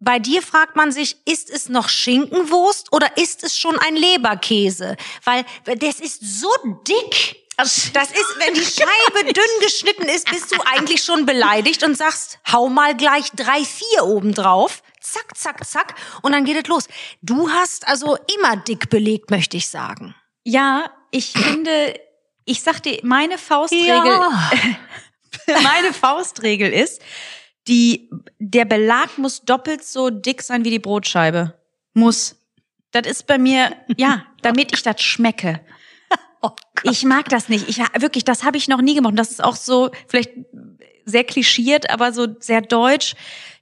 D: Bei dir fragt man sich, ist es noch Schinkenwurst oder ist es schon ein Leberkäse? Weil das ist so dick. Das ist, wenn die Scheibe dünn geschnitten ist, bist du eigentlich schon beleidigt und sagst, hau mal gleich drei, vier obendrauf. Zack, zack, zack. Und dann geht es los. Du hast also immer dick belegt, möchte ich sagen.
C: Ja, ich finde, ich sag dir, meine Faustregel,
D: Ja.
C: meine Faustregel ist, die, der Belag muss doppelt so dick sein wie die Brotscheibe. Muss. Das ist bei mir, ja, damit ich das schmecke.
D: Oh,
C: Ich mag das nicht. Ich wirklich, das habe ich noch nie gemacht. Und das ist auch so vielleicht sehr klischiert, aber so sehr deutsch.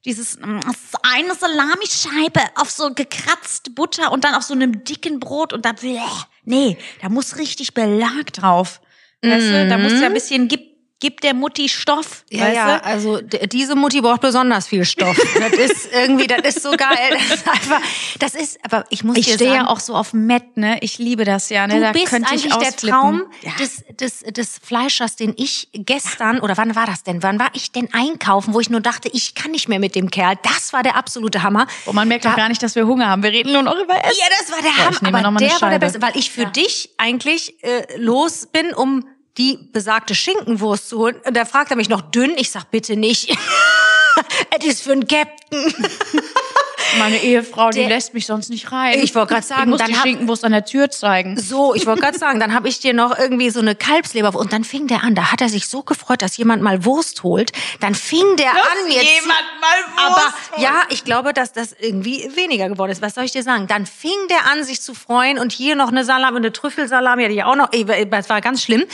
C: Dieses mm, eine Salamischeibe auf so gekratzt Butter und dann auf so einem dicken Brot und dann bleh. nee, da muss richtig Belag drauf. Weißt du, da muss ja ein bisschen gib gib der Mutti Stoff, weißt du?
D: Mhm. also d- diese Mutti braucht besonders viel Stoff. Das ist irgendwie, das ist so geil. Das ist einfach, das ist, aber ich muss
C: Ich
D: dir
C: stehe
D: sagen,
C: ja auch so auf Matt, ne? Ich liebe das ja, ne?
D: Du
C: da
D: bist
C: könnte ich
D: eigentlich der
C: ausflippen.
D: Traum
C: Ja.
D: des, des, des Fleischers, den ich gestern, oder wann war das denn? Wann war ich denn einkaufen, wo ich nur dachte, ich kann nicht mehr mit dem Kerl. Das war der absolute Hammer.
C: Und man merkt doch gar nicht, dass wir Hunger haben. Wir reden nur noch über Essen.
D: Ja, das war der
C: Boah, ich nehme
D: Hammer. Aber
C: noch mal
D: der war der
C: eine Scheibe.
D: Beste, weil ich für dich eigentlich äh, los bin, um die besagte Schinkenwurst zu holen. Und da fragt er mich noch dünn. Ich sag bitte nicht. Es ist für einen Captain.
C: Meine Ehefrau,
D: Der-
C: lässt mich sonst nicht rein.
D: Ich wollte gerade sagen,
C: ich muss
D: dann
C: die
D: hab-
C: Schinkenwurst an der Tür zeigen.
D: So, ich wollte gerade sagen, dann habe ich dir noch irgendwie so eine Kalbsleber und dann fing der an. Da hat er sich so gefreut, dass jemand mal Wurst holt. Dann fing der an jetzt.
C: mal
D: aber ja, ich glaube, dass das irgendwie weniger geworden ist. Was soll ich dir sagen? Dann fing der an, sich zu freuen und hier noch eine Salami, eine Trüffelsalami hatte ich auch noch. Ey, Das war ganz schlimm.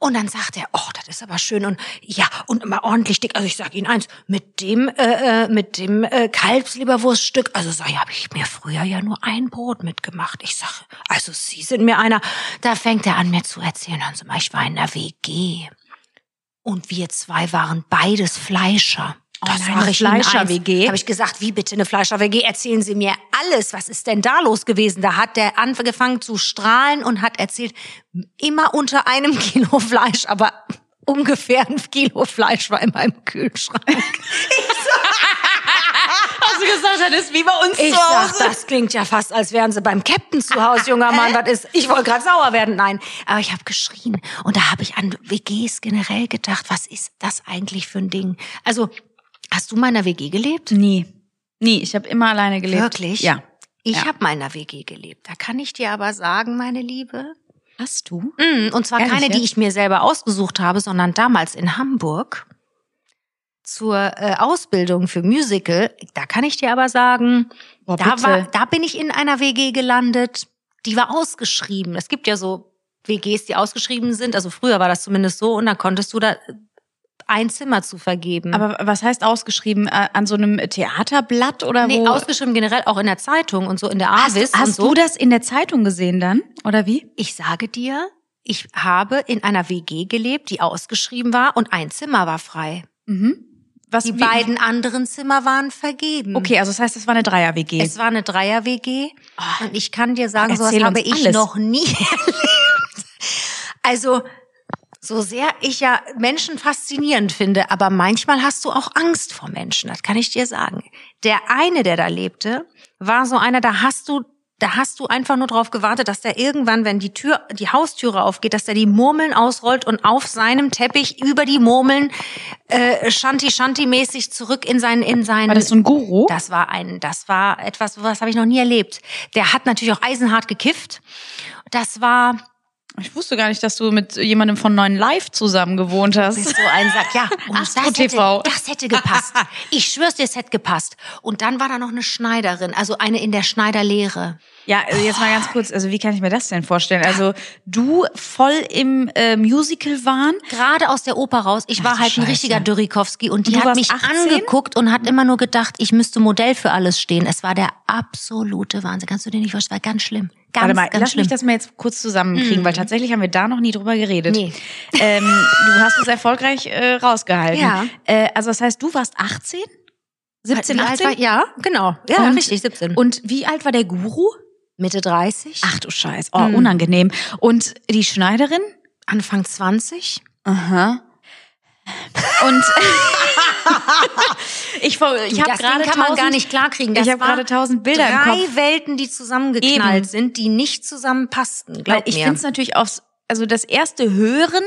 D: Und dann sagt er, oh, das ist aber schön und ja und immer ordentlich dick. Also ich sage Ihnen eins, mit dem äh, äh, mit dem äh, Kalbsleberwurststück, also so ja, habe ich mir früher ja nur ein Brot mitgemacht. Ich sage, also Sie sind mir einer. Da fängt er an mir zu erzählen, hören Sie mal, ich war in der WG und wir zwei waren beides Fleischer. Das
C: nein,
D: sag
C: eine
D: ich Ihnen eins.
C: Fleischer-WG?
D: Habe ich gesagt, wie bitte eine Fleischer-WG? Erzählen Sie mir alles. Was ist denn da los gewesen? Da hat der angefangen zu strahlen und hat erzählt, immer unter einem Kilo Fleisch, aber ungefähr ein Kilo Fleisch war in meinem Kühlschrank. was du gesagt hattest, wie bei uns
A: Ich
D: zu Hause.
A: sag, das klingt ja fast, als wären sie beim Captain zu Hause, junger Mann. Was ist? Ich wollte gerade sauer werden. Nein,
D: Aber ich habe geschrien und da habe ich an WGs generell gedacht, was ist das eigentlich für ein Ding? Also, hast du mal in einer WG gelebt?
C: Nie. Nie, ich habe immer alleine gelebt.
D: Wirklich?
C: Ja.
D: Ich
C: Ja.
D: habe mal in einer WG gelebt. Da kann ich dir aber sagen, meine Liebe.
B: Hast du?
D: Mm, Und zwar
C: Ehrlich
D: keine, die
C: jetzt?
D: ich mir selber ausgesucht habe, sondern damals in Hamburg zur äh, Ausbildung für Musical. Da kann ich dir aber sagen,
C: Boah,
D: da,
C: bitte.
D: war, da bin ich in einer WG gelandet, die war ausgeschrieben. Es gibt ja so WGs, die ausgeschrieben sind. Also früher war das zumindest so und dann konntest du da äh, ein Zimmer zu vergeben.
C: Aber was heißt ausgeschrieben? Äh, An so einem Theaterblatt oder
D: nee,
C: wo?
D: ausgeschrieben generell auch in der Zeitung und so in der
C: hast
D: Avis und
C: hast
D: so.
C: du das in der Zeitung gesehen dann? Oder wie?
D: Ich sage dir, ich habe in einer WG gelebt, die ausgeschrieben war und ein Zimmer war frei.
C: Mhm. Was,
D: Die
C: wie-
D: beiden anderen Zimmer waren vergeben.
C: Okay, also das heißt, das war eine Dreier-WG.
D: Es war eine Dreier-WG. Und ich kann dir sagen, sowas
C: Oh, Erzähl
D: habe
C: uns
D: ich
C: alles.
D: noch nie erlebt. Also, so sehr ich ja Menschen faszinierend finde, aber manchmal hast du auch Angst vor Menschen, das kann ich dir sagen. Der eine, der da lebte, war so einer, da hast du, da hast du einfach nur drauf gewartet, dass der irgendwann, wenn die Tür, die Haustüre aufgeht, dass der die Murmeln ausrollt und auf seinem Teppich über die Murmeln äh, Shanti-Shanti-mäßig zurück in sein, in sein
C: War das so ein Guru?
D: das war ein, das war etwas, was habe ich noch nie erlebt. Der hat natürlich auch eisenhart gekifft. Das war
C: Ich wusste gar nicht, dass du mit jemandem von Neuen Live zusammen gewohnt hast.
D: bist so ein Sack. Ja, und das,
C: Astro
D: hätte,
C: TV.
D: das hätte gepasst. Ich schwör's dir, es hätte gepasst. Und dann war da noch eine Schneiderin, also eine in der Schneiderlehre.
C: Ja, also jetzt mal ganz kurz, also wie kann ich mir das denn vorstellen? Also du voll im äh, Musical waren.
D: Gerade aus der Oper raus. Ich war
C: du
D: halt ein
C: Scheiße.
D: richtiger Dürikowski und die
C: Und du
D: hat
C: warst
D: mich
C: 18?
D: angeguckt und hat immer nur gedacht, ich müsste Modell für alles stehen. Es war der absolute Wahnsinn. Kannst du dir nicht vorstellen? Es war ganz schlimm. Ganz,
C: Warte mal,
D: ganz
C: lass
D: schlimm. Mhm.
C: mich das mal jetzt kurz zusammenkriegen, weil tatsächlich haben wir da noch nie drüber geredet.
D: Nee.
C: Ähm, du hast es erfolgreich äh, rausgehalten.
D: Ja.
C: Äh, also das heißt, du warst 18? 17,
D: Wie alt
C: 18?
D: war- Halt, Ja, genau. Ja,
C: Und-
D: richtig, 17.
C: Und wie alt war der Guru?
D: Mitte 30.
C: Ach du Scheiß,
D: Mhm.
C: oh, unangenehm. Und die Schneiderin?
D: Anfang 20.
C: Aha. Und ich, ver- ich habe
D: das Ding
C: gerade
D: kann man gar
C: tausend-
D: nicht klarkriegen. Das
C: Ich habe
D: war
C: gerade tausend Bilder im
D: drei
C: Kopf.
D: Welten, die zusammengeknallt
C: Eben.
D: sind, die nicht zusammenpassten.
C: Weil
D: Glaub
C: ich
D: mir.
C: finde es natürlich aufs, also das erste Hören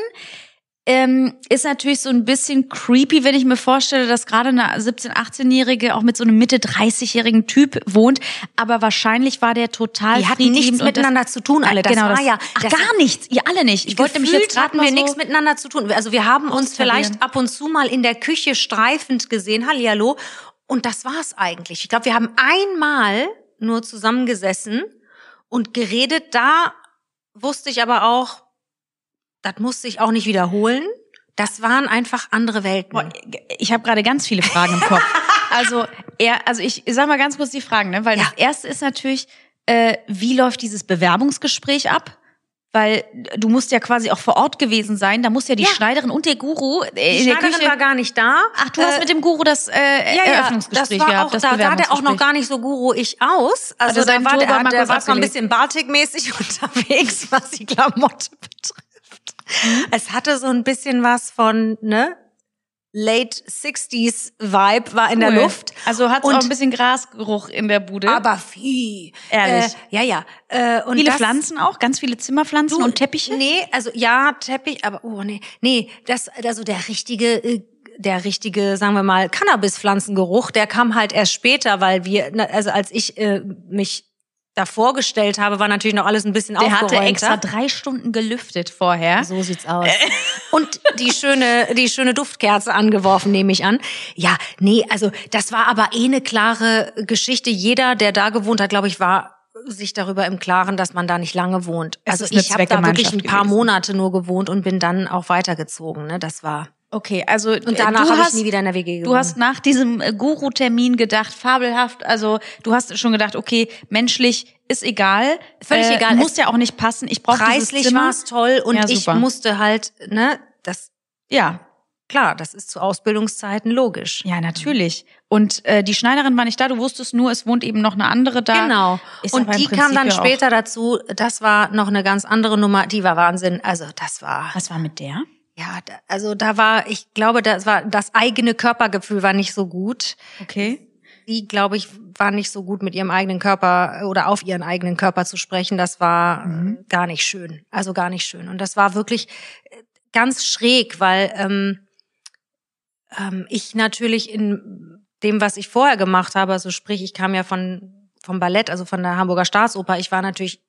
C: ähm, ist natürlich so ein bisschen creepy, wenn ich mir vorstelle, dass gerade eine 17-, 18-Jährige auch mit so einem Mitte-30-jährigen Typ wohnt. Aber wahrscheinlich war der total
D: die hatten
C: friedliebend
D: nichts
C: und das-
D: miteinander zu tun, alle. Das
C: genau,
D: war ja
C: ach,
D: das
C: gar nichts, ihr alle nicht. Ich wollte nämlich jetzt
D: Gefühlt
C: gerade
D: hatten
C: mal
D: wir
C: so,
D: nichts miteinander zu tun. Also wir haben uns
C: Austarieren.
D: vielleicht ab und zu mal in der Küche streifend gesehen. Hallihallo. Und das war's eigentlich. Ich glaube, wir haben einmal nur zusammengesessen und geredet. Da wusste ich aber auch, das musste ich auch nicht wiederholen. Das waren einfach andere Welten.
C: Boah, ich habe gerade ganz viele Fragen im Kopf. Also, er, also ich sag mal ganz kurz die Fragen, ne? weil
D: Ja.
C: das erste ist natürlich, äh, wie läuft dieses Bewerbungsgespräch ab? Weil du musst ja quasi auch vor Ort gewesen sein. Da muss ja die
D: Ja.
C: Schneiderin und der Guru äh,
D: Die
C: in der
D: Schneiderin
C: Küche.
D: war gar nicht da.
C: Ach, du hast mit dem Guru das äh,
D: ja, ja, das
C: Eröffnungsgespräch
D: war
C: gehabt.
D: Auch,
C: das
D: da sah der auch noch
C: Bewerbungsgespräch.
D: gar nicht so guruig aus. Also
C: er
D: da
C: seinen
D: war
C: Turban
D: der,
C: mal
D: der
C: kurz
D: war so ein
C: abgelegt?
D: bisschen Bartik-mäßig unterwegs, was die Klamotte betrifft.
C: Mhm.
D: Es hatte so ein bisschen was von, ne? Late 60s Vibe war in der
C: Cool.
D: Luft.
C: Also hat auch
D: Und-
C: ein bisschen Grasgeruch in der Bude.
D: Aber viel.
C: Ehrlich?
D: Äh, ja, ja. Äh, und
C: viele
D: das,
C: Pflanzen auch, ganz viele Zimmerpflanzen und Teppiche.
D: Nee, also ja, Teppich, aber oh nee, nee, das also der richtige äh, der richtige, sagen wir mal, Cannabispflanzengeruch, der kam halt erst später, weil wir na, also als ich äh, mich da vorgestellt habe, war natürlich noch alles ein bisschen
C: Der hatte extra
D: aufgeräumter.
C: drei Stunden gelüftet vorher.
D: So sieht's aus. Und die schöne, die schöne Duftkerze angeworfen, nehme ich an. Ja, nee, also das war aber eh eine klare Geschichte. Jeder, der da gewohnt hat, glaube ich, war sich darüber im Klaren, dass man da nicht lange wohnt.
C: Es
D: Also
C: ist eine
D: ich habe da wirklich
C: Zweckgemeinschaft
D: ein paar
C: gewesen.
D: Monate nur gewohnt und bin dann auch weitergezogen. Ne? Das war.
C: Okay, also
D: Und danach
C: du
D: habe ich
C: hast-
D: nie wieder in der WG gewohnt.
C: Du hast nach diesem äh, Guru-Termin gedacht, fabelhaft, also du hast schon gedacht, okay, menschlich ist egal. äh,
D: Völlig egal.
C: Muss ja auch nicht passen. Ich brauche dieses
D: preislich
C: Zimmer.
D: war es toll und
C: Ja,
D: ich
C: super.
D: musste halt, ne, das
C: Ja,
D: klar, das ist zu Ausbildungszeiten logisch.
C: ja, natürlich. Und äh, die Schneiderin war nicht da, du wusstest nur, es wohnt eben noch eine andere da.
D: Genau.
C: Ist
D: und
C: aber im
D: die kam
C: Prinzip
D: dann
C: ja auch-
D: später dazu. Das war noch eine ganz andere Nummer. Die war Wahnsinn. Also das war
C: Was war mit der?
D: ja, da, also da war ich glaube, das war das eigene Körpergefühl war nicht so gut.
C: Okay.
D: die, glaube ich, war nicht so gut mit ihrem eigenen Körper äh, oder auf ihren eigenen Körper zu sprechen. Das war äh, gar nicht schön. Also gar nicht schön. Und das war wirklich äh, ganz schräg, weil ähm, ähm, ich natürlich in dem, was ich vorher gemacht habe, also sprich, ich kam ja von vom Ballett, also von der Hamburger Staatsoper, ich war natürlich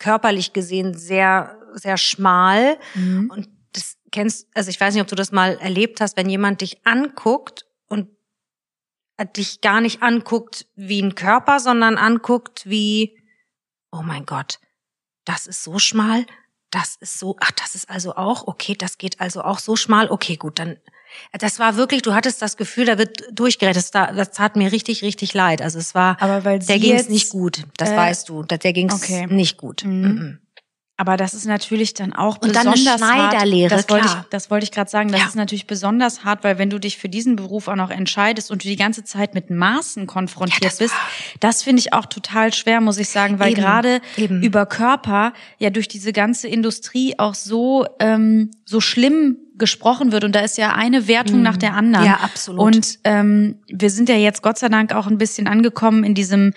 D: körperlich gesehen sehr, sehr schmal. Und das kennst, also ich weiß nicht, ob du das mal erlebt hast, wenn jemand dich anguckt und äh, dich gar nicht anguckt wie ein Körper, sondern anguckt wie, oh mein Gott, das ist so schmal, das ist so, ach, das ist also auch, okay, das geht also auch so schmal, okay, gut, dann, das war wirklich, du hattest das Gefühl, da wird durchgerettet, das, da- das tat mir richtig, richtig leid, also es war,
C: Aber weil
D: der
C: sie
D: ging es
C: jetzt-
D: nicht gut, das
C: äh,
D: weißt du, der, der ging es
C: okay.
D: nicht gut.
C: Mhm.
D: Mhm.
C: Aber das ist natürlich dann auch
D: Und dann eine
C: besonders
D: Schneiderlehre,
C: hart. Das wollte
D: klar.
C: ich, das wollte ich gerade sagen. Das
D: Ja.
C: ist natürlich besonders hart, weil wenn du dich für diesen Beruf auch noch entscheidest und du die ganze Zeit mit Maßen konfrontiert
D: Ja, das
C: bist, das finde ich auch total schwer, muss ich sagen, weil
D: Eben,
C: gerade
D: eben.
C: über Körper ja durch diese ganze Industrie auch so ähm, so schlimm gesprochen wird und da ist ja
D: Mhm.
C: eine Wertung nach der anderen.
D: Ja, absolut.
C: Und und ähm, wir sind ja jetzt Gott sei Dank auch ein bisschen angekommen in diesem,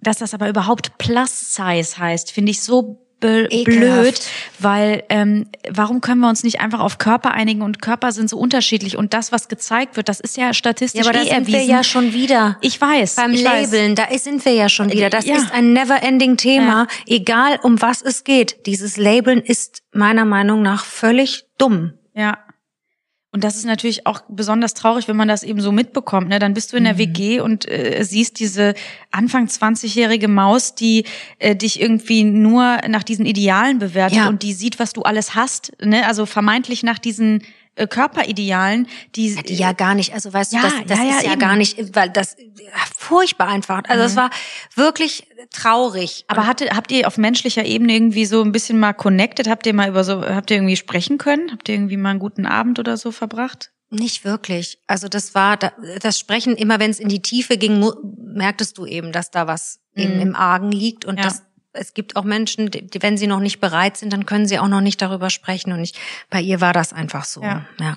C: dass das aber überhaupt Plus Size heißt, finde ich so be-
D: Ekelhaft.
C: blöd, weil ähm, warum können wir uns nicht einfach auf Körper einigen und Körper sind so unterschiedlich und das, was gezeigt wird, das ist ja
D: Ja,
C: statistisch
D: aber da
C: eh
D: sind
C: erwiesen.
D: wir ja schon wieder.
C: ich weiß.
D: Beim
C: ich Weiß.
D: Labeln, da ist- sind wir ja schon wieder. Das
C: Ja.
D: ist ein Never-Ending-Thema, egal um was es geht. Dieses Labeln ist meiner Meinung nach völlig dumm.
C: Ja. Und das ist natürlich auch besonders traurig, wenn man das eben so mitbekommt. Ne? Dann bist du in der
D: Mhm.
C: WG und äh, siehst diese Anfang 20-jährige Maus, die äh, dich irgendwie nur nach diesen Idealen bewertet
D: Ja.
C: und die sieht, was du alles hast. Ne? Also vermeintlich nach diesen äh, Körperidealen, die,
D: Die ja gar nicht, also weißt
C: Ja,
D: du, das, das
C: ja, ja,
D: ist ja
C: eben. Mhm.
D: gar nicht, weil das ja, furchtbar einfach. Also es war wirklich traurig.
C: aber hatte, habt ihr auf menschlicher Ebene irgendwie so ein bisschen mal connected? Habt ihr mal über so, habt ihr irgendwie sprechen können? Habt ihr irgendwie mal einen guten Abend oder so verbracht?
D: Nicht wirklich. Also das war da- das Sprechen immer, wenn es in die Tiefe ging, mu- merktest du eben, dass da was eben
C: Mhm.
D: im Argen liegt und
C: Ja.
D: das es gibt auch Menschen, die, die, wenn sie noch nicht bereit sind, dann können sie auch noch nicht darüber sprechen. Und ich, bei ihr war das einfach so.
C: Ja.
D: Ja.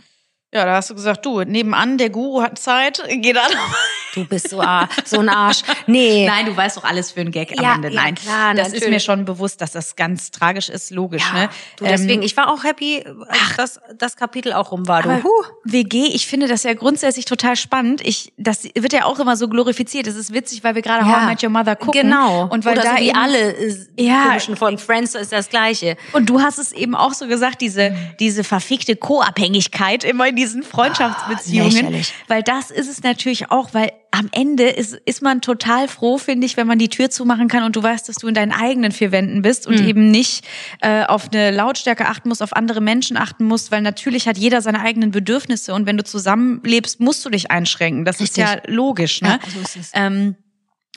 C: Ja, da hast du gesagt, du, nebenan, der Guru hat Zeit, geh da noch
D: Du bist so, ar so ein Arsch. Nee.
C: Nein, du weißt doch alles für einen Gag am
D: Ja,
C: Ende.
D: ja,
C: Nein,
D: klar,
C: das ist
D: natürlich.
C: mir schon bewusst, dass das ganz tragisch ist, logisch. Ne?
D: Du, deswegen,
C: Ähm,
D: ich war auch happy, als das, das Kapitel auch rum war. Du.
C: aber WG, ich finde das ja grundsätzlich total spannend. Ich, das wird ja auch immer so glorifiziert. Es ist witzig, weil wir gerade How I Met Your Mother gucken.
D: Genau.
C: Und weil
D: Oder
C: da
D: so wie
C: eben,
D: alle äh,
C: Ja.
D: komischen von Friends ist das Gleiche.
C: Und du hast es eben auch so gesagt,
D: Mhm.
C: diese, diese verfickte Co-Abhängigkeit immer in diesen Freundschaftsbeziehungen.
D: Ah, lächerlich.
C: Weil das ist es natürlich auch, weil am Ende ist, ist man total froh, finde ich, wenn man die Tür zumachen kann und du weißt, dass du in deinen eigenen vier Wänden bist
D: Mhm.
C: und eben nicht äh, auf eine Lautstärke achten musst, auf andere Menschen achten musst, weil natürlich hat jeder seine eigenen Bedürfnisse und wenn du zusammenlebst, musst du dich einschränken. Das
D: Richtig.
C: ist ja logisch. Ne?
D: Ja, so ist Also, es.
C: Ähm,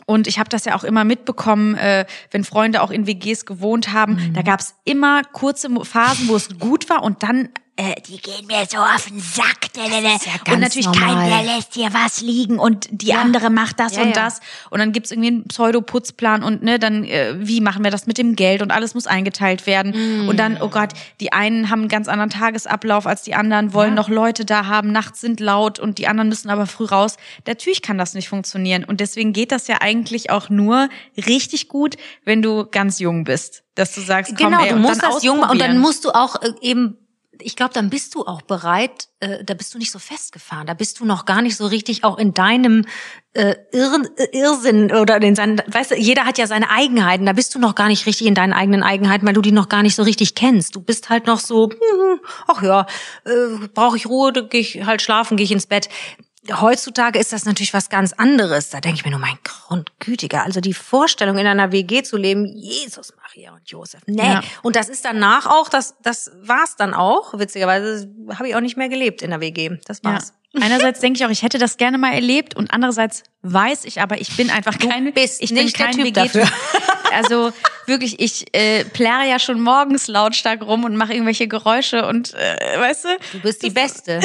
C: und ich habe das ja auch immer mitbekommen, äh, wenn Freunde auch in WGs gewohnt haben,
D: Mhm.
C: da gab es immer kurze Mo- Phasen, wo es gut war und dann äh, die gehen mir so auf den Sack. ne,
D: ganz
C: und natürlich kein,
D: normal.
C: der lässt hier was liegen und die andere macht das
D: Ja,
C: und
D: ja.
C: das. Und dann gibt's irgendwie einen Pseudo-Putzplan und ne, dann, äh, wie machen wir das mit dem Geld und alles muss eingeteilt werden.
D: Mm.
C: Und dann, oh Gott, die einen haben einen ganz anderen Tagesablauf als die anderen, wollen noch Leute da haben, nachts sind laut und die anderen müssen aber früh raus. Natürlich kann das nicht funktionieren. Und deswegen geht das ja eigentlich auch nur richtig gut, wenn du ganz jung bist. Dass du sagst, komm,
D: Genau,
C: ey,
D: du
C: und
D: musst
C: dann
D: das jung machen und dann
C: ausprobieren.
D: musst du auch äh, eben, ich glaube, dann bist du auch bereit, äh, da bist du nicht so festgefahren, da bist du noch gar nicht so richtig auch in deinem äh, Irren, äh, Irrsinn oder in seinen, weißt du, jeder hat ja seine Eigenheiten, da bist du noch gar nicht richtig in deinen eigenen Eigenheiten, weil du die noch gar nicht so richtig kennst. Du bist halt noch so, hm, ach ja, äh, brauche ich Ruhe, dann gehe ich halt schlafen, gehe ich ins Bett. Heutzutage ist das natürlich was ganz anderes. Da denke ich mir nur, mein Grundgütiger. Also die Vorstellung, in einer WG zu leben, Jesus, Maria und Josef. Nee.
C: Ja.
D: Und das ist danach auch, das, das war's dann auch. Witzigerweise habe ich auch nicht mehr gelebt in der WG. Das
C: Ja.
D: war's.
C: Einerseits denke ich auch, ich hätte das gerne mal erlebt und andererseits weiß ich aber, ich bin einfach keine,
D: bist
C: ich bin
D: nicht der
C: kein
D: Typ
C: WG -Typ. Also wirklich, ich äh, plärre ja schon morgens lautstark rum und mache irgendwelche Geräusche und äh, weißt du?
D: Du bist die Beste.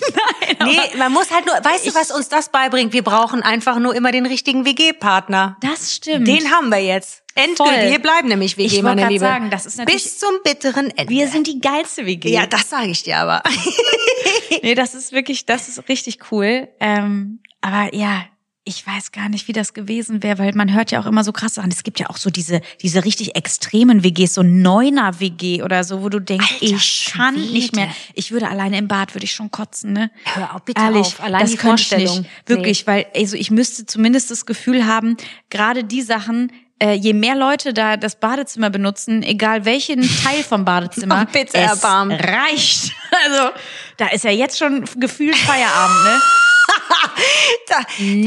D: Nein, nee, man muss halt nur, weißt du, was uns das beibringt? Wir brauchen einfach nur immer den richtigen WG-Partner.
C: Das stimmt.
D: Den haben wir jetzt. Endgültig.
C: Hm. Voll.
D: Wir bleiben nämlich
C: Ich
D: WG,
C: wollte
D: meine
C: grad
D: Liebe.
C: sagen, das ist natürlich-
D: Bis zum bitteren Ende.
C: wir sind die geilste WG.
D: ja, das sage ich dir aber.
C: nee, das ist wirklich, das ist richtig cool. Ähm, aber ja, ich weiß gar nicht, wie das gewesen wäre, weil man hört ja auch immer so krass an. Es gibt ja auch so diese, diese richtig extremen WGs, so Neuner WG oder so, wo du denkst,
D: Alter
C: ich kann
D: Schwede.
C: nicht mehr. Ich würde alleine im Bad, würde ich schon kotzen, ne?
D: Hör auf, bitte
C: Ehrlich,
D: auf. Allein
C: das
D: die
C: könnte Ich
D: Vorstellung.
C: nicht. Wirklich, weil also ich müsste zumindest das Gefühl haben, gerade die Sachen, äh, je mehr Leute da das Badezimmer benutzen, egal welchen Teil vom Badezimmer,
D: Oh, bitte
C: es
D: erbarm.
C: reicht. Also da ist ja jetzt schon gefühlt Feierabend, ne?
D: Da,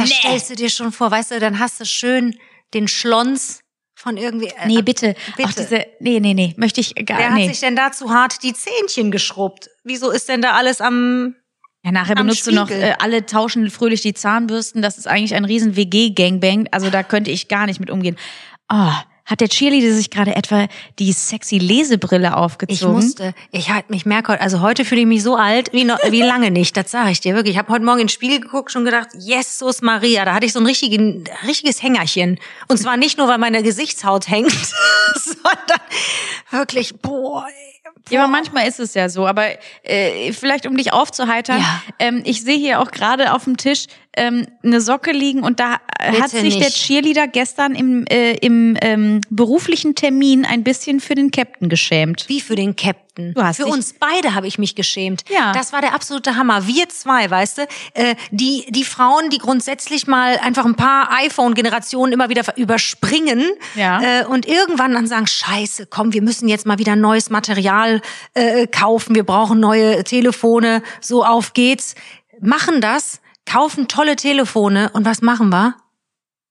D: da stellst du dir schon vor, weißt du, dann hast du schön den Schlons von irgendwie. äh,
C: Nee, bitte.
D: Bitte.
C: Auch diese, nee, nee, nee, möchte ich gar
D: Wer
C: nee.
D: hat sich denn da zu hart die Zähnchen geschrubbt? Wieso ist denn da alles am.
C: Ja, nachher
D: am
C: benutzt du noch,
D: Spiegel?
C: äh, alle tauschen fröhlich die Zahnbürsten. Das ist eigentlich ein riesen WG-Gangbang. Also da könnte ich gar nicht mit umgehen. Oh, hat der Cheerleader sich gerade etwa die sexy Lesebrille aufgezogen?
D: Ich musste, ich halt, ich merke heute, also heute fühle ich mich so alt wie, noch, wie lange nicht, das sage ich dir wirklich. Ich habe heute Morgen in den Spiegel geguckt schon gedacht, Jesus Maria, da hatte ich so ein richtigen, richtiges Hängerchen. Und zwar nicht nur, weil meine Gesichtshaut hängt, sondern wirklich, boah, ey.
C: Ja, aber manchmal ist es ja so. Aber äh, vielleicht um dich aufzuheitern,
D: Ja.
C: ähm, ich sehe hier auch gerade auf dem Tisch ähm, eine Socke liegen und da äh,
D: Bitte
C: hat sich der
D: nicht.
C: Cheerleader gestern im, äh, im ähm, beruflichen Termin ein bisschen für den Captain geschämt.
D: Wie für den Captain.
C: Du hast
D: für
C: dich-
D: uns beide habe ich mich geschämt.
C: Ja.
D: Das war der absolute Hammer. Wir zwei, weißt du, äh, die, die Frauen, die grundsätzlich mal einfach ein paar iPhone-Generationen immer wieder ver- überspringen
C: Ja.
D: äh, und irgendwann dann sagen, scheiße, komm, wir müssen jetzt mal wieder neues Material äh, kaufen, wir brauchen neue Telefone, so auf geht's. Machen das, kaufen tolle Telefone und was machen wir?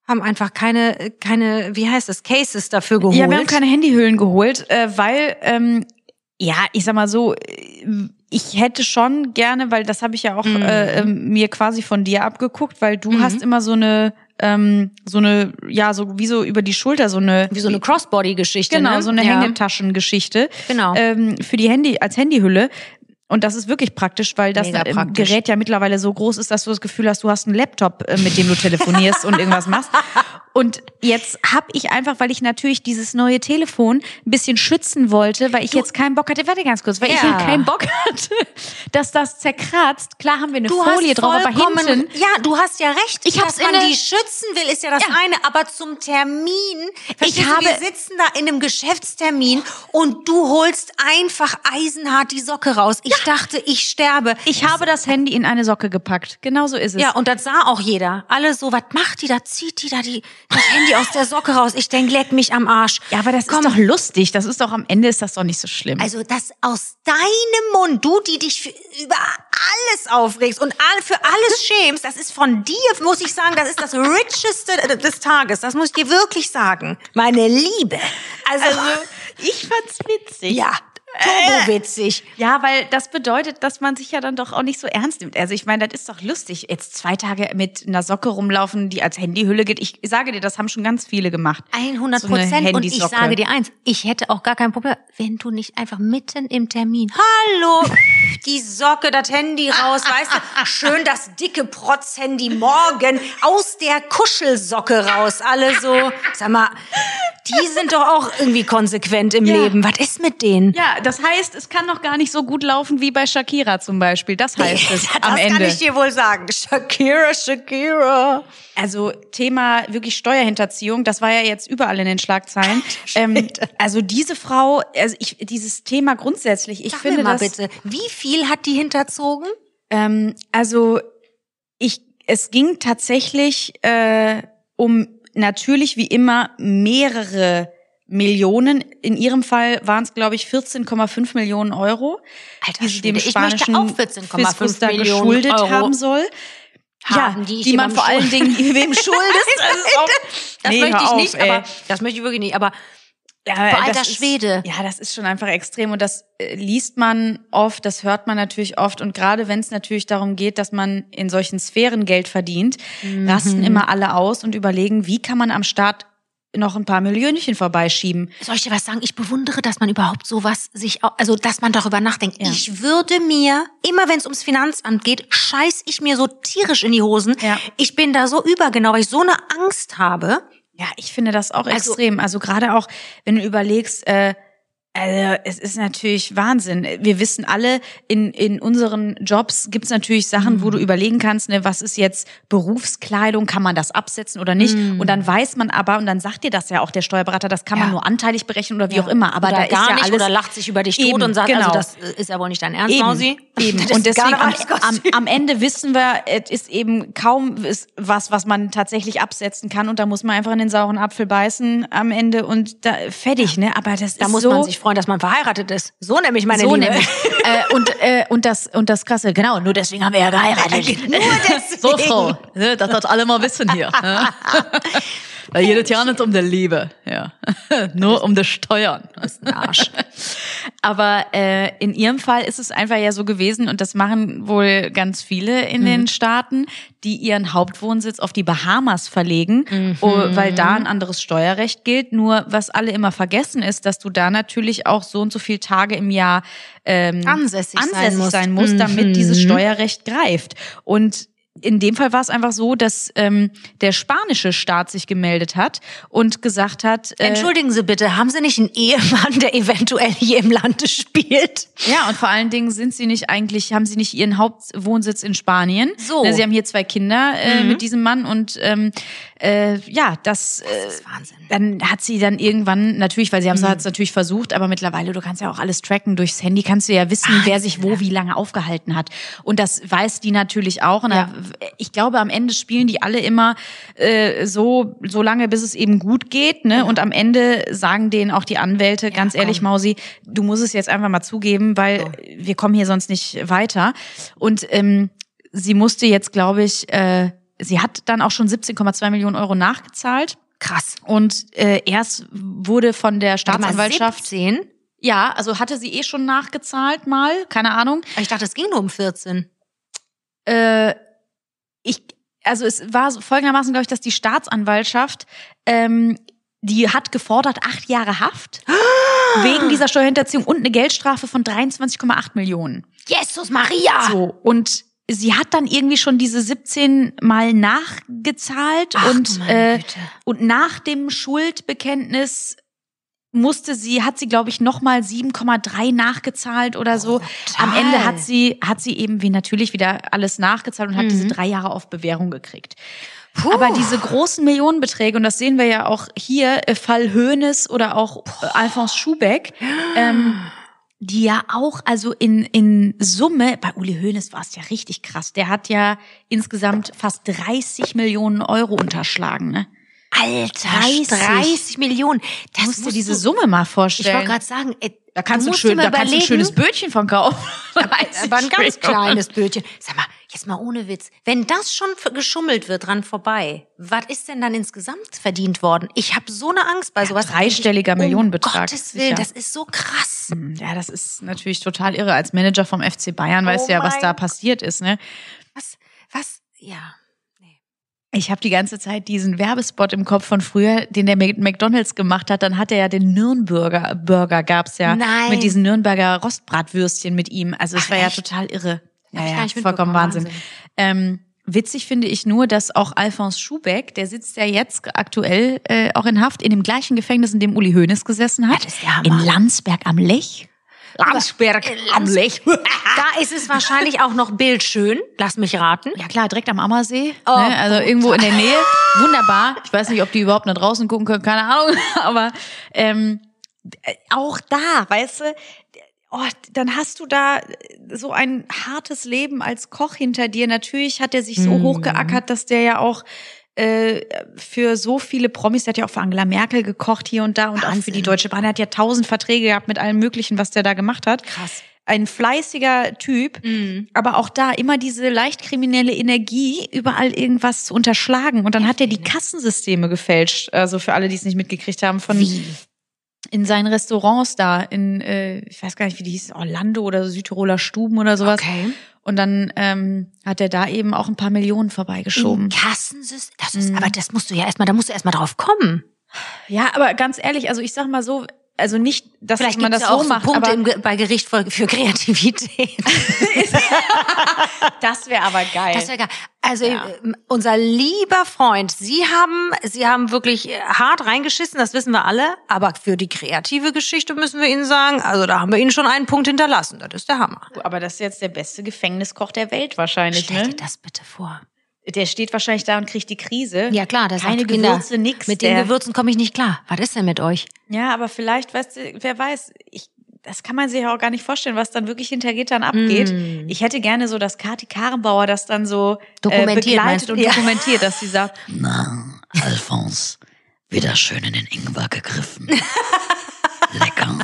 D: Haben einfach keine, keine, wie heißt das, Cases dafür geholt.
C: Ja, wir haben keine Handyhüllen geholt, äh, weil, ähm, ja, ich sag mal so, äh, ich hätte schon gerne, weil das habe ich ja auch
D: Mhm.
C: äh, ähm, mir quasi von dir abgeguckt, weil du hast immer so eine, ähm, so eine, ja, so wie so über die Schulter so eine.
D: wie so eine Crossbody-Geschichte.
C: Genau,
D: ne?
C: so eine
D: ja.
C: Hängetaschengeschichte.
D: Genau.
C: Ähm, für die Handy, als Handyhülle. Und das ist wirklich praktisch, weil das
D: Mega
C: ähm,
D: praktisch.
C: Gerät ja mittlerweile so groß ist, dass du das Gefühl hast, du hast einen Laptop, äh, mit dem du telefonierst und irgendwas machst. Und jetzt habe ich einfach, weil ich natürlich dieses neue Telefon ein bisschen schützen wollte, weil ich jetzt keinen Bock hatte, warte ganz kurz, weil ich
D: Ja.
C: halt keinen Bock hatte, dass das zerkratzt. Klar haben wir eine Folie drauf, aber
D: Äh, vollkommen-
C: hinten
D: Ja, du hast ja recht.
C: Ich hab's
D: dass man
C: in der-
D: die schützen will, ist ja das
C: Ja.
D: eine. Aber zum Termin, verstehst du,
C: habe-
D: wir sitzen da in einem Geschäftstermin und du holst einfach eisenhart die Socke raus. Ich dachte, ich sterbe.
C: Ich habe das Handy in eine Socke gepackt. Genau so ist es.
D: Ja, und das sah auch jeder. Alle so, was macht die da? Zieht die da die, das Handy aus der Socke raus? Ich denk, leck mich am Arsch.
C: Ja, aber das
D: Komm,
C: ist doch lustig. Das ist doch am Ende ist das doch nicht so schlimm.
D: Also das aus deinem Mund, du, die dich für, über alles aufregst und all, für alles schämst, das ist von dir, muss ich sagen, das ist das Richeste des Tages. Das muss ich dir wirklich sagen. Meine Liebe. Also,
C: ich fand's witzig.
D: ja, äh, turbowitzig.
C: Ja, weil das bedeutet, dass man sich ja dann doch auch nicht so ernst nimmt. Also ich meine, das ist doch lustig, jetzt zwei Tage mit einer Socke rumlaufen, die als Handyhülle geht. Ich sage dir, das haben schon ganz viele gemacht.
D: 100
C: So eine
D: Prozent. und ich
C: Handysocke.
D: sage dir eins, ich hätte auch gar kein Problem, wenn du nicht einfach mitten im Termin, hallo, die Socke, das Handy raus, weißt du, schön das dicke Protz-Handy morgen aus der Kuschelsocke raus, alle so, sag mal, die sind doch auch irgendwie konsequent im
C: Ja.
D: Leben. Was ist mit denen?
C: Ja, das heißt, es kann noch gar nicht so gut laufen wie bei Shakira zum Beispiel. Das heißt es am
D: das
C: Ende.
D: kann ich dir wohl sagen. Shakira, Shakira.
C: Also Thema wirklich Steuerhinterziehung, das war ja jetzt überall in den Schlagzeilen. Ähm, also diese Frau, also ich, dieses Thema grundsätzlich, ich
D: Sag
C: finde
D: mir mal
C: das,
D: bitte, wie viel hat die hinterzogen?
C: Ähm, also ich, es ging tatsächlich äh, um natürlich wie immer mehrere Millionen. In ihrem Fall waren es, glaube ich, 14,5 Millionen Euro,
D: Alter
C: die sie dem
D: Schwede, ich möchte
C: spanischen
D: auch 14,5
C: Fiskus da
D: Millionen
C: geschuldet
D: Euro
C: haben soll.
D: haben,
C: ja,
D: die ich
C: man
D: jemandem
C: vor allen Dingen wem schuldest. Das, ist auch,
D: Das
C: Nee,
D: möchte
C: hör
D: ich
C: auf,
D: nicht,
C: ey.
D: aber das möchte ich wirklich nicht, aber
C: Ja,
D: Vor
C: das
D: alter Schwede.
C: Ist, ja, das ist schon einfach extrem und das äh, liest man oft, das hört man natürlich oft und gerade wenn es natürlich darum geht, dass man in solchen Sphären Geld verdient,
D: Mhm.
C: rasten immer alle aus und überlegen, wie kann man am Start noch ein paar Millionchen vorbeischieben.
D: Soll ich dir was sagen? Ich bewundere, dass man überhaupt sowas sich, au- also dass man darüber nachdenkt. Ich würde mir, immer wenn es ums Finanzamt geht, scheiß ich mir so tierisch in die Hosen.
C: Ja.
D: Ich bin da so übergenau, weil ich so eine Angst habe.
C: Ja, ich finde das auch
D: Also-
C: extrem. Also gerade auch, wenn du überlegst, äh, Also, es ist natürlich Wahnsinn. Wir wissen alle, in, in unseren Jobs gibt's natürlich Sachen, wo du
D: Mhm.
C: überlegen kannst, ne, was ist jetzt Berufskleidung, kann man das absetzen oder nicht? Und
D: Mhm.
C: dann weiß man aber, und dann sagt dir das ja auch der Steuerberater, das kann man nur anteilig berechnen oder wie auch immer. Aber
D: oder
C: da
D: gar
C: ist ja
D: nicht
C: alles
D: oder lacht sich über dich tot
C: Eben,
D: und sagt,
C: genau.
D: also das äh, ist ja wohl nicht dein Ernst,
C: Eben,
D: Mausi.
C: Eben.
D: Das
C: Und
D: ist gar
C: deswegen am,
D: nicht
C: am, am Ende wissen wir, es ist eben kaum ist was, was man tatsächlich absetzen kann. Und da muss man einfach in den sauren Apfel beißen am Ende und da, fertig, ne? Aber das
D: Da
C: ist
D: muss
C: so.
D: man sich freuen, dass man verheiratet ist. So nämlich, meine
C: so
D: Liebe.
C: nämlich. äh, und, äh, und, das, und das Krasse, genau, nur deswegen haben wir ja geheiratet. nur deswegen.
E: So, Frau, ne, dass das alle mal wissen hier. Ne? Weil jedes Jahr nicht um die Liebe, ja. nur um die Steuern.
D: Arsch.
C: Aber äh, in ihrem Fall ist es einfach ja so gewesen, und das machen wohl ganz viele in
D: Mhm.
C: den Staaten, die ihren Hauptwohnsitz auf die Bahamas verlegen,
D: Mhm.
C: oh, weil da ein anderes Steuerrecht gilt. Nur was alle immer vergessen ist, dass du da natürlich auch so und so viele Tage im Jahr ähm,
D: Ansässig sein musst. Mhm.
C: sein musst, damit dieses Steuerrecht greift. Und in dem Fall war es einfach so, dass ähm, der spanische Staat sich gemeldet hat und gesagt hat, äh,
D: Entschuldigen Sie bitte, haben Sie nicht einen Ehemann, der eventuell hier im Lande spielt?
C: Ja, und vor allen Dingen sind sie nicht eigentlich, haben sie nicht ihren Hauptwohnsitz in Spanien.
D: So. Mhm.
C: Ne, Sie haben hier zwei Kinder äh, mit diesem Mann und ähm, äh, ja, das.
D: Das
C: Äh,
D: ist Wahnsinn.
C: dann hat sie dann irgendwann natürlich, weil sie haben es hat's natürlich versucht, aber mittlerweile, du kannst ja auch alles tracken durchs Handy, kannst du Ah, ja wissen, wer sich wo wie lange aufgehalten hat. Und das weiß die natürlich auch. Und
D: Ja.
C: da, ich glaube, am Ende spielen die alle immer äh, so, so lange, bis es eben gut geht. Ne? Und am Ende sagen denen auch die Anwälte, ganz ehrlich, Mausi, du musst es jetzt einfach mal zugeben, weil wir kommen hier sonst nicht weiter. Und ähm, sie musste jetzt, glaube ich, äh, sie hat dann auch schon 17,2 Millionen Euro nachgezahlt.
D: Krass.
C: Und äh, erst wurde von der
D: Warte mal,
C: Staatsanwaltschaft.
D: 17?
C: Ja, also hatte sie eh schon nachgezahlt mal, keine Ahnung.
D: Ich dachte, es ging nur um 14.
C: Äh, ich, also es war so folgendermaßen, glaube ich, dass die Staatsanwaltschaft, ähm, die hat gefordert acht Jahre Haft wegen dieser Steuerhinterziehung und eine Geldstrafe von 23,8 Millionen.
D: Jesus Maria!
C: So, und sie hat dann irgendwie schon diese 17 mal nachgezahlt
D: Ach,
C: und
D: meine
C: äh,
D: Güte.
C: und nach dem Schuldbekenntnis musste sie hat sie glaube ich noch mal 7,3 nachgezahlt oder so. Am Ende hat sie hat sie eben wie natürlich wieder alles nachgezahlt und hat diese drei Jahre auf Bewährung gekriegt. Aber diese großen Millionenbeträge, und das sehen wir ja auch hier, äh, Fall Hoeneß oder auch äh, Alphonse Schubeck, ähm, die ja auch, also in, in Summe, bei Uli Hoeneß war es ja richtig krass, der hat ja insgesamt fast 30 Millionen Euro unterschlagen. Ne?
D: Alter,
C: 30.
D: 30, Millionen. Das
C: Musst du
D: musst
C: diese
D: du-
C: Summe mal vorstellen.
D: Ich wollte gerade sagen, ey,
C: da kannst du,
D: musst
C: schön,
D: dir
C: da
D: mal
C: kannst du ein
D: überlegen,
C: schönes Bötchen von kaufen.
D: aber ein ganz
C: 30
D: kleines Bötchen. Sag mal, jetzt mal ohne Witz. Wenn das schon f- geschummelt wird dran vorbei, was ist denn dann insgesamt verdient worden? Ich habe so eine Angst bei sowas.
C: also dreistelliger
D: um
C: Millionenbetrag,
D: Gottes Willen,
C: sicher. Hm,
D: das ist so krass.
C: Ja, das ist natürlich total irre. Als Manager vom FC Bayern weißt du ja, was
D: mein
C: da passiert ist. Ne?
D: Was, was, ja.
C: Ich habe die ganze Zeit diesen Werbespot im Kopf von früher, den der Mc- McDonald's gemacht hat. Dann hat er ja den Nürnberger Burger gab's ja
D: Nein.
C: mit diesen Nürnberger Rostbratwürstchen mit ihm. Also es war ja total irre.
D: ich gar
C: Naja,
D: nicht
C: vollkommen
D: mitbekommen.
C: Wahnsinn.
D: Wahnsinn.
C: Ähm, witzig finde ich nur, dass auch Alphonse Schubeck, der sitzt ja jetzt aktuell äh, auch in Haft in dem gleichen Gefängnis, in dem Uli Hoeneß gesessen hat,
D: das ist der Hammer.
C: in Landsberg am Lech.
D: Landsberg am Lech. Da ist es wahrscheinlich auch noch bildschön. Lass mich raten.
C: Ja klar, direkt am Ammersee. ne? Also irgendwo in der Nähe. Wunderbar. Ich weiß nicht, ob die überhaupt nach draußen gucken können, keine Ahnung. Aber ähm, äh, auch da, weißt du, oh, dann hast du da so ein hartes Leben als Koch hinter dir. Natürlich hat er sich so hochgeackert, dass der ja auch äh, für so viele Promis, der hat ja auch für Angela Merkel gekocht hier und da und auch für die Deutsche Bahn. Er hat ja tausend Verträge gehabt mit allem Möglichen, was der da gemacht hat. Krass. Ein fleißiger Typ, aber auch da immer diese leicht kriminelle Energie, überall irgendwas zu unterschlagen. Und dann hat er die Kassensysteme gefälscht, also für alle, die es nicht mitgekriegt haben, von in seinen Restaurants da, in, äh, ich weiß gar nicht, wie die hieß, Orlando oder so, Südtiroler Stuben oder sowas.
D: Okay.
C: Und dann ähm, hat er da eben auch ein paar Millionen vorbeigeschoben.
D: Kassensystem.
C: Mhm.
D: Das ist, aber das musst du ja erstmal, da musst du erstmal drauf kommen.
C: Ja, aber ganz ehrlich, also ich sag mal so, also nicht, dass
D: Vielleicht
C: man
D: gibt es
C: das
D: ja
C: so
D: auch so
C: macht,
D: Punkte
C: aber
D: im, Ge- bei Gericht für, für Kreativität.
C: das wäre aber geil.
D: Das wäre geil. Also ähm, unser lieber Freund, Sie haben, Sie haben wirklich äh, hart reingeschissen, das wissen wir alle. Aber für die kreative Geschichte müssen wir Ihnen sagen, also da haben wir Ihnen schon einen Punkt hinterlassen. Das ist der Hammer.
C: aber das ist jetzt der beste Gefängniskoch der Welt wahrscheinlich,
D: Stell
C: ne?
D: dir das bitte vor.
C: Der steht wahrscheinlich da und kriegt die Krise.
D: Ja klar, das
C: Keine
D: sagt Kinder,
C: Gewürze, nix. äh.
D: Mit
C: der,
D: den Gewürzen komme ich nicht klar. Was ist denn mit euch?
C: Ja, aber vielleicht, weißt du, wer weiß, ich, das kann man sich ja auch gar nicht vorstellen, was dann wirklich hinter Gittern abgeht.
D: Mm.
C: Ich hätte gerne so, dass Kati Karrenbauer das dann so äh,
D: Dokumentiert, meinst
C: begleitet
D: du?
C: und
D: Ja.
C: dokumentiert, dass sie sagt,
E: Na, Alphonse, wieder schön in den Ingwer gegriffen. Lecker.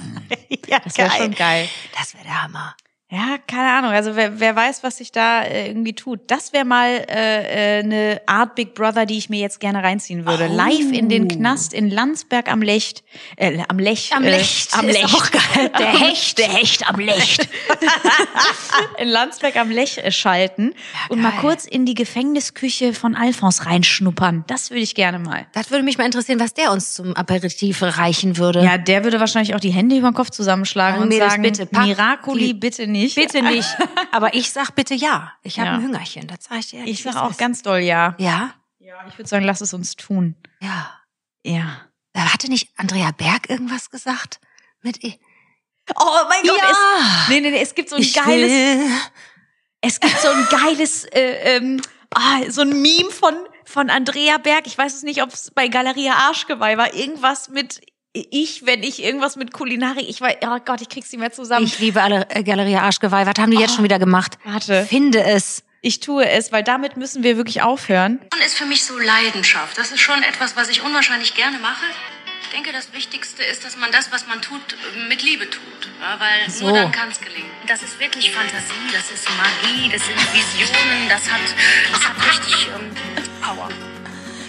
D: Ja,
C: das wäre schon geil.
D: Das wäre der Hammer.
C: Ja, keine Ahnung. Also wer, wer weiß, was sich da äh, irgendwie tut. Das wäre mal äh, äh, eine Art Big Brother, die ich mir jetzt gerne reinziehen
D: Oh.
C: würde. Live in den Knast in Landsberg am Lecht. Äh, am Lech.
D: Am
C: äh,
D: Lecht.
C: Am
D: ist
C: Lecht.
D: Auch geil. Der Hecht. Der Hecht am Lecht.
C: in Landsberg am Lech äh, schalten und mal kurz in die Gefängnisküche von Alphons reinschnuppern. Das würde ich gerne mal.
D: Das würde mich mal interessieren, was der uns zum Aperitif reichen würde.
C: Ja, der würde wahrscheinlich auch die Hände über den Kopf zusammenschlagen
D: Sagen
C: und
D: wir das
C: sagen,
D: bitte, pack
C: Miracoli,
D: die-
C: bitte nicht.
D: Bitte nicht. Aber ich sag bitte ja. Ich habe
C: Ja.
D: ein Hüngerchen. Das zeige ich dir.
C: Ich sage auch ganz doll ja.
D: Ja,
C: Ja, ich würde sagen, lass es uns tun.
D: ja. Äh,
C: Ja.
D: Hatte nicht Andrea Berg irgendwas gesagt? Mit I-
C: Oh mein Gott, es, nee, nee, nee, es gibt so ein geiles,
D: will-
C: es gibt so ein geiles, äh, ähm, ah, so ein Meme von, von Andrea Berg. Ich weiß es nicht, ob es bei Galeria Arschgeweih war. Irgendwas mit ich, wenn ich irgendwas mit Kulinarik, ich weiß, oh Gott, ich krieg's nicht mehr zusammen.
D: Ich liebe alle äh, Galeria Arschgeweih. Was haben die jetzt schon wieder gemacht?
C: Oh, warte.
D: Finde es.
C: Ich tue es, weil damit müssen wir wirklich aufhören.
F: Kochen ist für mich so Leidenschaft. Das ist schon etwas, was ich unwahrscheinlich gerne mache. Ich denke, das Wichtigste ist, dass man das, was man tut, mit Liebe tut. Ja, weil nur dann kann es gelingen. Das ist wirklich Fantasie, das ist Magie, das sind Visionen, das hat, das hat richtig ähm, Power.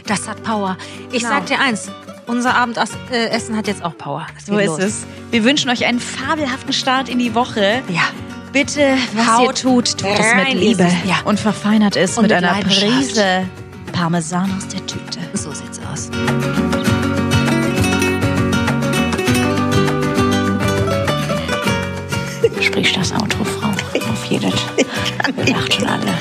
D: Das hat Power. Ich
G: Genau.
D: sag dir eins. Unser Abendessen äh, Essen hat jetzt auch Power. Es
C: So
D: geht
C: ist
D: los.
C: es. Wir wünschen euch einen fabelhaften Start in die Woche.
D: Ja.
C: Bitte, was
D: Haut
C: ihr tut, tut es mit
D: rein,
C: Liebe.
D: Jesus. Ja.
C: Und verfeinert es
D: Und
C: mit,
D: mit
C: einer
D: Leidenschaft.
C: Prise Parmesan aus der Tüte.
D: So sieht's aus.
H: Sprich das Auto, Frau. Auf jedes. Wir dachten alle.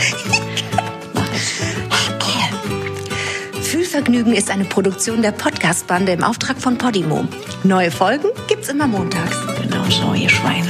G: Fühlvergnügen ist eine Produktion der Podcast-Bande im Auftrag von Podimo. Neue Folgen gibt's immer montags.
H: Genau so, ihr Schweine.